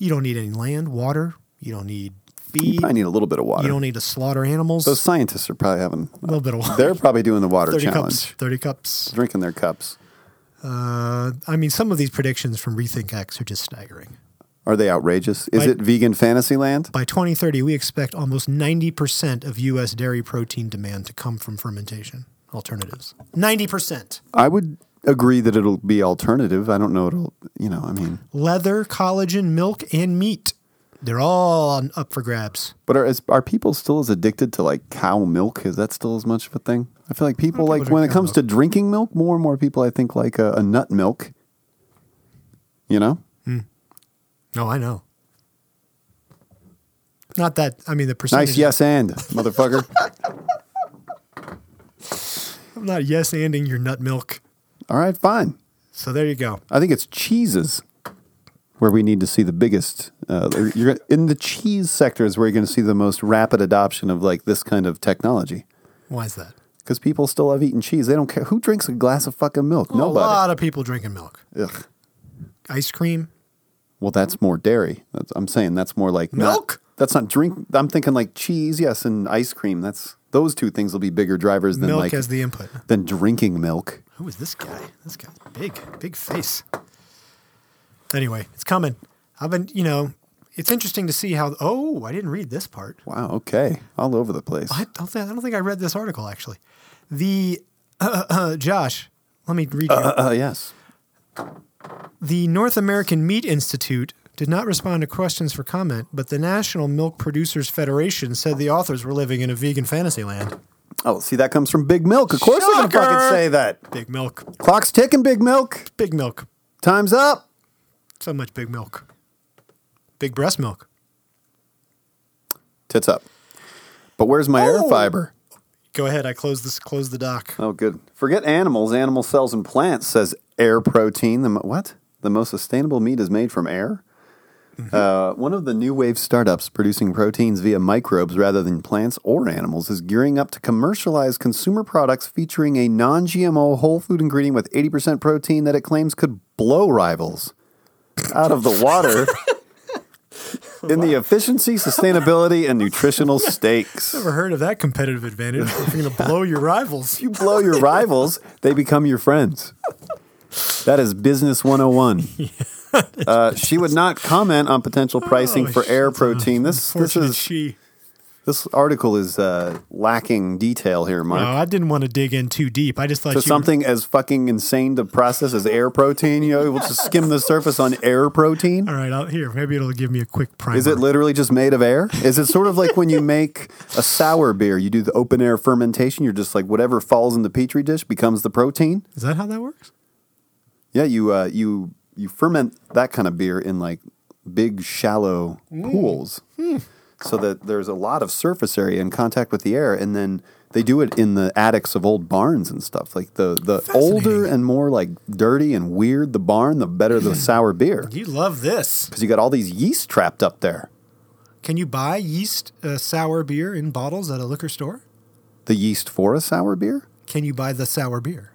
Speaker 2: You don't need any land, water. You don't need
Speaker 1: You
Speaker 2: feed.
Speaker 1: probably need a little bit of water.
Speaker 2: You don't need to slaughter animals.
Speaker 1: Those scientists are probably having.
Speaker 2: a little bit of water.
Speaker 1: They're probably doing the water
Speaker 2: 30
Speaker 1: challenge,
Speaker 2: cups. 30 cups.
Speaker 1: drinking their cups.
Speaker 2: Uh, I mean, some of these predictions from Rethink X are just staggering.
Speaker 1: Are they outrageous? Is
Speaker 2: Like-
Speaker 1: it vegan fantasyland?
Speaker 2: By 2030, we expect almost 90% of U.S. dairy protein demand to come from fermentation alternatives. 90%.
Speaker 1: I would agree that it'll be alternative. I don't know. It'll, you know, I mean,
Speaker 2: Leather, collagen, milk, and meat. They're all on, up for grabs.
Speaker 1: but are is, are people still as addicted to like cow milk? Is that still as much of a thing? I feel like people like
Speaker 2: drink
Speaker 1: when it
Speaker 2: cow
Speaker 1: comes to drinking milk, more and more people I think like a, a nut milk. You know,
Speaker 2: No, I know. Not that, I mean, the percentage.
Speaker 1: nice yes and motherfucker.
Speaker 2: I'm not yes anding your nut milk.
Speaker 1: All right, fine.
Speaker 2: So there you go.
Speaker 1: I think it's cheeses where we need to see the biggest. Uh, you're in the cheese sector is where you're going to see the most rapid adoption of like this kind of technology
Speaker 2: Why is that?
Speaker 1: because people still love eating cheese. They don't care who drinks a glass of fucking milk.
Speaker 2: A
Speaker 1: Nobody.
Speaker 2: lot of people drinking milk.
Speaker 1: Ugh.
Speaker 2: Ice cream,
Speaker 1: Well, that's more dairy. That's, I'm saying that's more like not-
Speaker 2: milk.
Speaker 1: That's not drink. I'm thinking like cheese, yes, and ice cream. That's those two things will be bigger drivers than
Speaker 2: Milk
Speaker 1: like
Speaker 2: as the input.
Speaker 1: than drinking milk.
Speaker 2: Who is this guy? This guy's big, big face. Anyway, it's coming. I've been, you know, it's interesting to see how. Oh, I didn't read this part.
Speaker 1: Wow. Okay. All over the place.
Speaker 2: I don't think I don't think I read this article actually. The uh, Josh, let me read you.
Speaker 1: Uh, yes.
Speaker 2: The North American Meat Institute did not respond to questions for comment, but the National Milk Producers Federation said the authors were living in a vegan fantasy land.
Speaker 1: Oh, see, that comes from Big Milk. Of course, I'm gonna
Speaker 2: Shocker.
Speaker 1: fucking say that.
Speaker 2: Big milk,
Speaker 1: Clock's ticking, Big Milk.
Speaker 2: big milk,
Speaker 1: Time's up.
Speaker 2: so much big milk, big breast milk.
Speaker 1: Tits up. But where's my
Speaker 2: Oh.
Speaker 1: air fiber?
Speaker 2: Go ahead, I close this, close the doc.
Speaker 1: Oh, good. Forget animals. Animal cells and plants says air protein. The mo- what? The most sustainable meat is made from air. Uh, one of the new wave startups producing proteins via microbes rather than plants or animals is gearing up to commercialize consumer products featuring a non-GMO whole food ingredient with 80% protein that it claims could blow rivals out of the water. In the efficiency, sustainability, and nutritional stakes.
Speaker 2: Never heard of that competitive advantage. You're going to blow your rivals.
Speaker 1: you blow your rivals, they become your friends. That is business 101. Uh, she would not comment on potential pricing
Speaker 2: Oh,
Speaker 1: for air
Speaker 2: shit.
Speaker 1: protein. This this
Speaker 2: Fortunate
Speaker 1: is
Speaker 2: she.
Speaker 1: this article is uh, lacking detail here,
Speaker 2: No,
Speaker 1: Mark.
Speaker 2: I didn't want to dig in too deep. I just thought
Speaker 1: So
Speaker 2: you
Speaker 1: something as fucking insane to process as air protein, you know, we'll just skim the surface on air protein.
Speaker 2: All right, out here. Maybe it'll give me a quick primer.
Speaker 1: Is it literally just made of air? Is it sort of like when you make a sour beer, you do the open air fermentation, you're just like whatever falls in the petri dish becomes the protein?
Speaker 2: Is that how that works?
Speaker 1: Yeah, you uh, you you ferment that kind of beer in like big shallow
Speaker 2: Mm.
Speaker 1: pools,
Speaker 2: Hmm.
Speaker 1: so that there's a lot of surface area in contact with the air, and then they do it in the attics of old barns and stuff. Like the the older and more like dirty and weird the barn, the better
Speaker 2: Hmm.
Speaker 1: the sour beer,
Speaker 2: You love this.
Speaker 1: because you got all these yeast trapped up there.
Speaker 2: Can you buy yeast uh, sour beer in bottles at a liquor store?
Speaker 1: The yeast for a sour beer.
Speaker 2: Can you buy the sour beer?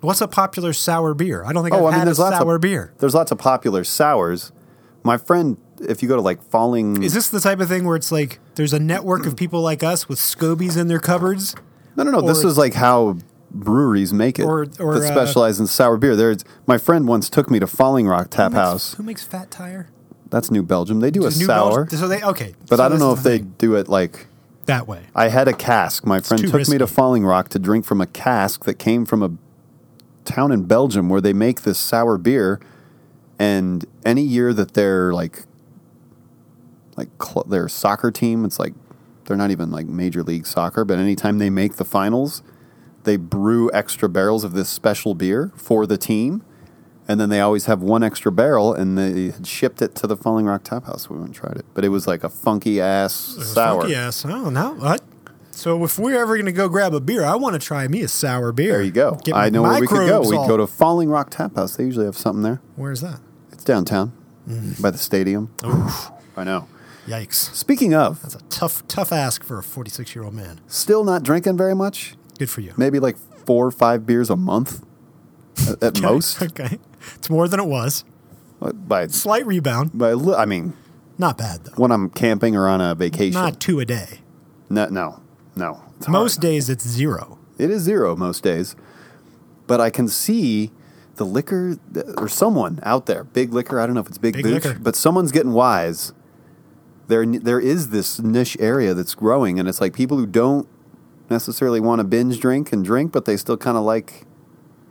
Speaker 2: What's a popular sour beer? I don't think I've had a
Speaker 1: lots
Speaker 2: sour
Speaker 1: of
Speaker 2: beer.
Speaker 1: Oh, There's lots of popular sours. My friend, if you go to like Falling,
Speaker 2: Is this the type of thing where it's like there's a network of people like us with scobies in their cupboards?
Speaker 1: No, no, no. this
Speaker 2: Or-
Speaker 1: is like how breweries make it
Speaker 2: Or- or,
Speaker 1: that
Speaker 2: uh,
Speaker 1: specialize in sour beer. There's my friend once took me to Falling Rock Tap House.
Speaker 2: Who makes Fat Tire?
Speaker 1: That's New Belgium. They do a
Speaker 2: New
Speaker 1: sour,
Speaker 2: Belgi- so they okay.
Speaker 1: but
Speaker 2: so
Speaker 1: I don't
Speaker 2: this
Speaker 1: know
Speaker 2: is
Speaker 1: if
Speaker 2: the
Speaker 1: they
Speaker 2: thing.
Speaker 1: do it like.
Speaker 2: that way.
Speaker 1: I had a cask. My friend
Speaker 2: too
Speaker 1: took me to
Speaker 2: risky.
Speaker 1: Falling Rock to drink from a cask that came from a town in Belgium where they make this sour beer. And any year that they're like, like cl- their soccer team, it's like they're not even like major league soccer, but anytime they make the finals, they brew extra barrels of this special beer for the team. And then they always have one extra barrel, and they had shipped it to the Falling Rock Tap House. We went and tried it, but it was like a funky ass sour.
Speaker 2: Yes. Oh no. What? So if we're ever gonna go grab a beer, I want to try me a sour beer.
Speaker 1: There you go.
Speaker 2: Get
Speaker 1: I know where we could go.
Speaker 2: microbes
Speaker 1: We
Speaker 2: all-
Speaker 1: go to Falling Rock Tap House. They usually have something there.
Speaker 2: Where's that?
Speaker 1: It's downtown
Speaker 2: Mm-hmm.
Speaker 1: by the stadium. I know.
Speaker 2: Yikes.
Speaker 1: Speaking of,
Speaker 2: That's a tough, tough ask for a 46 year old man.
Speaker 1: still not drinking very much.
Speaker 2: Good for you.
Speaker 1: Maybe like four or five beers a month at, at most.
Speaker 2: Okay. It's more than it was.
Speaker 1: By,
Speaker 2: Slight rebound.
Speaker 1: by, li- I mean,
Speaker 2: Not bad, though.
Speaker 1: when I'm camping or on a vacation.
Speaker 2: Not two a day.
Speaker 1: no, no, no. It's hard.
Speaker 2: Most days it's zero.
Speaker 1: It is zero most days. But I can see the liquor th- or someone out there, big liquor. I don't know if it's big,
Speaker 2: Big
Speaker 1: booch,
Speaker 2: liquor.
Speaker 1: but someone's getting wise. There, there is this niche area that's growing, and it's like people who don't necessarily want to binge drink and drink, but they still kind of like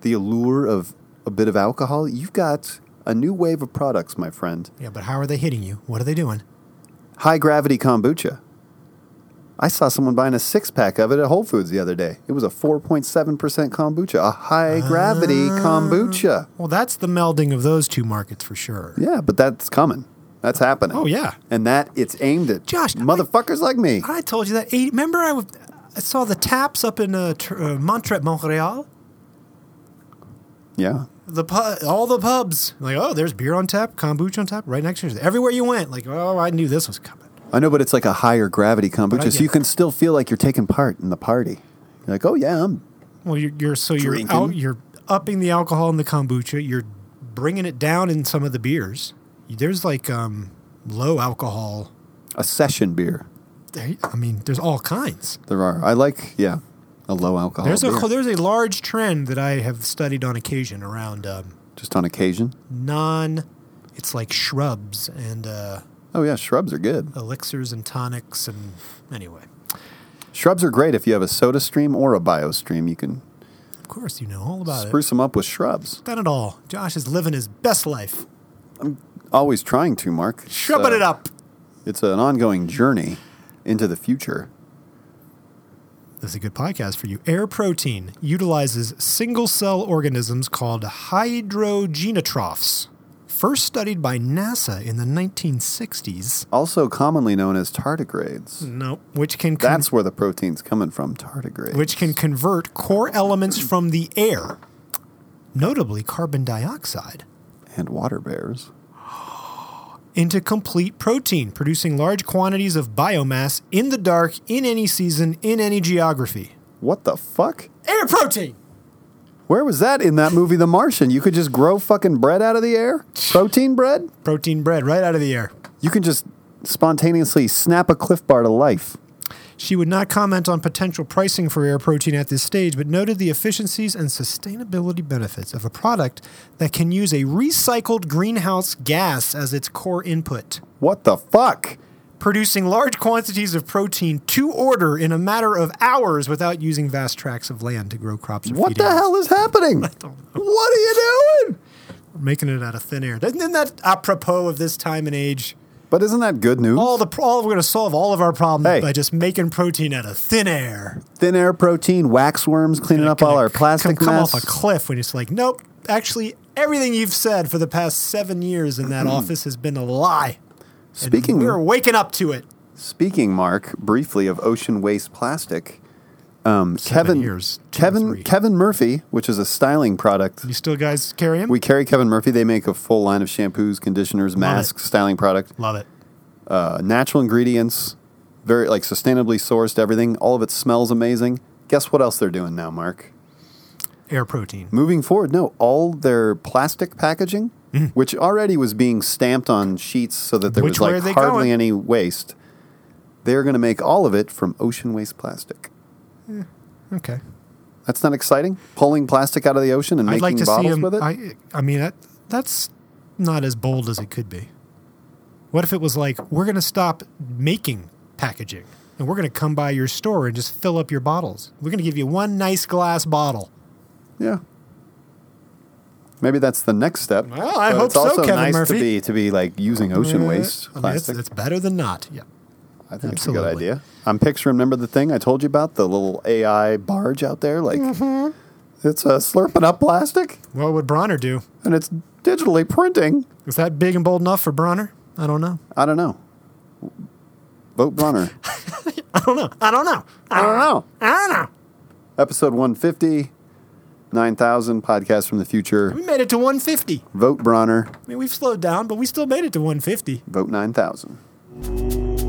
Speaker 1: the allure of a bit of alcohol. You've got a new wave of products, my friend.
Speaker 2: Yeah, but how are they hitting you? What are they doing?
Speaker 1: High gravity kombucha. I saw someone buying a six pack of it at Whole Foods the other day. It was a 4.7% kombucha, a high gravity
Speaker 2: Ah.
Speaker 1: kombucha.
Speaker 2: Well, that's the melding of those two markets for sure.
Speaker 1: Yeah, but that's coming. That's happening.
Speaker 2: Oh, yeah.
Speaker 1: And that it's aimed at
Speaker 2: Josh, I-
Speaker 1: motherfuckers like me.
Speaker 2: I told you that. Eight, remember, I, w- I saw the taps up in uh, Tr- uh, Montreal, Montreal?
Speaker 1: yeah.
Speaker 2: the pu- all the pubs. Like, oh, there's beer on tap, kombucha on tap, right next to you. Everywhere you went, like, oh, I knew this was coming.
Speaker 1: I know, but it's like a higher gravity kombucha, so
Speaker 2: get-
Speaker 1: you can still feel like you're taking part in the party. You're like, oh, yeah, I'm.
Speaker 2: Well, you're, you're so you're
Speaker 1: Drinking.
Speaker 2: out, you're upping the alcohol in the kombucha. You're bringing it down in some of the beers. There's like um, low alcohol
Speaker 1: A session beer.
Speaker 2: There, I mean, there's all kinds.
Speaker 1: There are. I like, yeah, a low alcohol.
Speaker 2: There's a
Speaker 1: beer.
Speaker 2: there's a large trend that I have studied on occasion around um,
Speaker 1: Just on occasion.
Speaker 2: non. It's like shrubs and uh,
Speaker 1: Oh, yeah, shrubs are good.
Speaker 2: elixirs and tonics and anyway.
Speaker 1: Shrubs are great if you have a soda stream or a bio stream. You can
Speaker 2: Of course, you know all about it.
Speaker 1: spruce them up with shrubs.
Speaker 2: Done it all. Josh is living his best life.
Speaker 1: Always trying to, Mark. It's,
Speaker 2: Shrubbing
Speaker 1: uh,
Speaker 2: it up.
Speaker 1: It's an ongoing journey into the future.
Speaker 2: This is a good podcast for you. Air protein utilizes single cell organisms called hydrogenotrophs, first studied by NASA in the 1960s.
Speaker 1: Also commonly known as tardigrades.
Speaker 2: No, which can con-
Speaker 1: That's where the protein's coming from, tardigrades.
Speaker 2: which can convert core elements from the air, notably carbon dioxide,
Speaker 1: and water bears.
Speaker 2: into complete protein, producing large quantities of biomass in the dark, in any season, in any geography.
Speaker 1: What the fuck?
Speaker 2: Air protein.
Speaker 1: Where was that in that movie, The Martian? You could just grow fucking bread out of the air? Protein bread?
Speaker 2: Protein bread right out of the air.
Speaker 1: You can just spontaneously snap a cliff bar to life.
Speaker 2: She would not comment on potential pricing for air protein at this stage, but noted the efficiencies and sustainability benefits of a product that can use a recycled greenhouse gas as its core input,
Speaker 1: What the fuck?
Speaker 2: producing large quantities of protein to order in a matter of hours without using vast tracts of land to grow crops or
Speaker 1: What
Speaker 2: feed
Speaker 1: the
Speaker 2: animals.
Speaker 1: hell is happening?
Speaker 2: don't
Speaker 1: What are you doing?
Speaker 2: We're making it out of thin air. Isn't that apropos of this time and age?
Speaker 1: But isn't that good news?
Speaker 2: All the all we're going to solve all of our problems
Speaker 1: Hey.
Speaker 2: by just making protein out of thin air.
Speaker 1: Thin air protein, wax worms, cleaning up all
Speaker 2: gonna
Speaker 1: our
Speaker 2: c-
Speaker 1: plastic
Speaker 2: come, come
Speaker 1: mess.
Speaker 2: off a cliff when it's like, nope. Actually, everything you've said for the past seven years in that office has been a lie. And
Speaker 1: Mm. Speaking-
Speaker 2: we're waking up to it.
Speaker 1: Speaking, Mark, briefly of ocean waste plastic. Um, Kevin,
Speaker 2: years, two or
Speaker 1: Kevin,
Speaker 2: three.
Speaker 1: Kevin Murphy, which is a styling product.
Speaker 2: You still guys carry him?
Speaker 1: We carry Kevin Murphy. They make a full line of shampoos, conditioners, masks, styling product,
Speaker 2: love it.
Speaker 1: uh, natural ingredients, very like sustainably sourced. Everything. All of it smells amazing. Guess what else they're doing now, Mark?
Speaker 2: Air protein.
Speaker 1: Moving forward, no, all their plastic packaging, which already was being stamped on sheets so that there
Speaker 2: Mm. Which way are
Speaker 1: was
Speaker 2: they
Speaker 1: like hardly
Speaker 2: going?
Speaker 1: any waste, they're going to make all of it from ocean waste plastic. Mm.
Speaker 2: Okay.
Speaker 1: That's not exciting. Pulling plastic out of the ocean and
Speaker 2: I'd
Speaker 1: making
Speaker 2: like to see
Speaker 1: bottles
Speaker 2: him.
Speaker 1: with it.
Speaker 2: I, I mean, that, that's not as bold as it could be. What if it was like, we're going to stop making packaging and we're going to come by your store and just fill up your bottles? We're going to give you one nice glass bottle.
Speaker 1: Yeah. Maybe that's the next step.
Speaker 2: Well, I
Speaker 1: But
Speaker 2: hope
Speaker 1: it's
Speaker 2: so,
Speaker 1: also
Speaker 2: Kevin
Speaker 1: nice
Speaker 2: Murphy. Uh,
Speaker 1: to be to be like using ocean waste
Speaker 2: I mean, that's,
Speaker 1: plastic.
Speaker 2: that's better than not. Yeah.
Speaker 1: I think it's a
Speaker 2: absolutely.
Speaker 1: good idea. I'm picturing. Remember the thing I told you about the little AI barge out there? Like
Speaker 2: Mm-hmm.
Speaker 1: it's uh, slurping up plastic
Speaker 2: What would Bronner do?
Speaker 1: and it's digitally printing.
Speaker 2: Is that big and bold enough for Bronner? I don't know.
Speaker 1: I don't know. Vote Brunner.
Speaker 2: I don't know. I don't know.
Speaker 1: I don't know.
Speaker 2: I don't know.
Speaker 1: Episode 150, 9000 podcast from the future.
Speaker 2: We made it to 150.
Speaker 1: Vote Bronner.
Speaker 2: I mean, we've slowed down, but we still made it to 150.
Speaker 1: Vote 9000.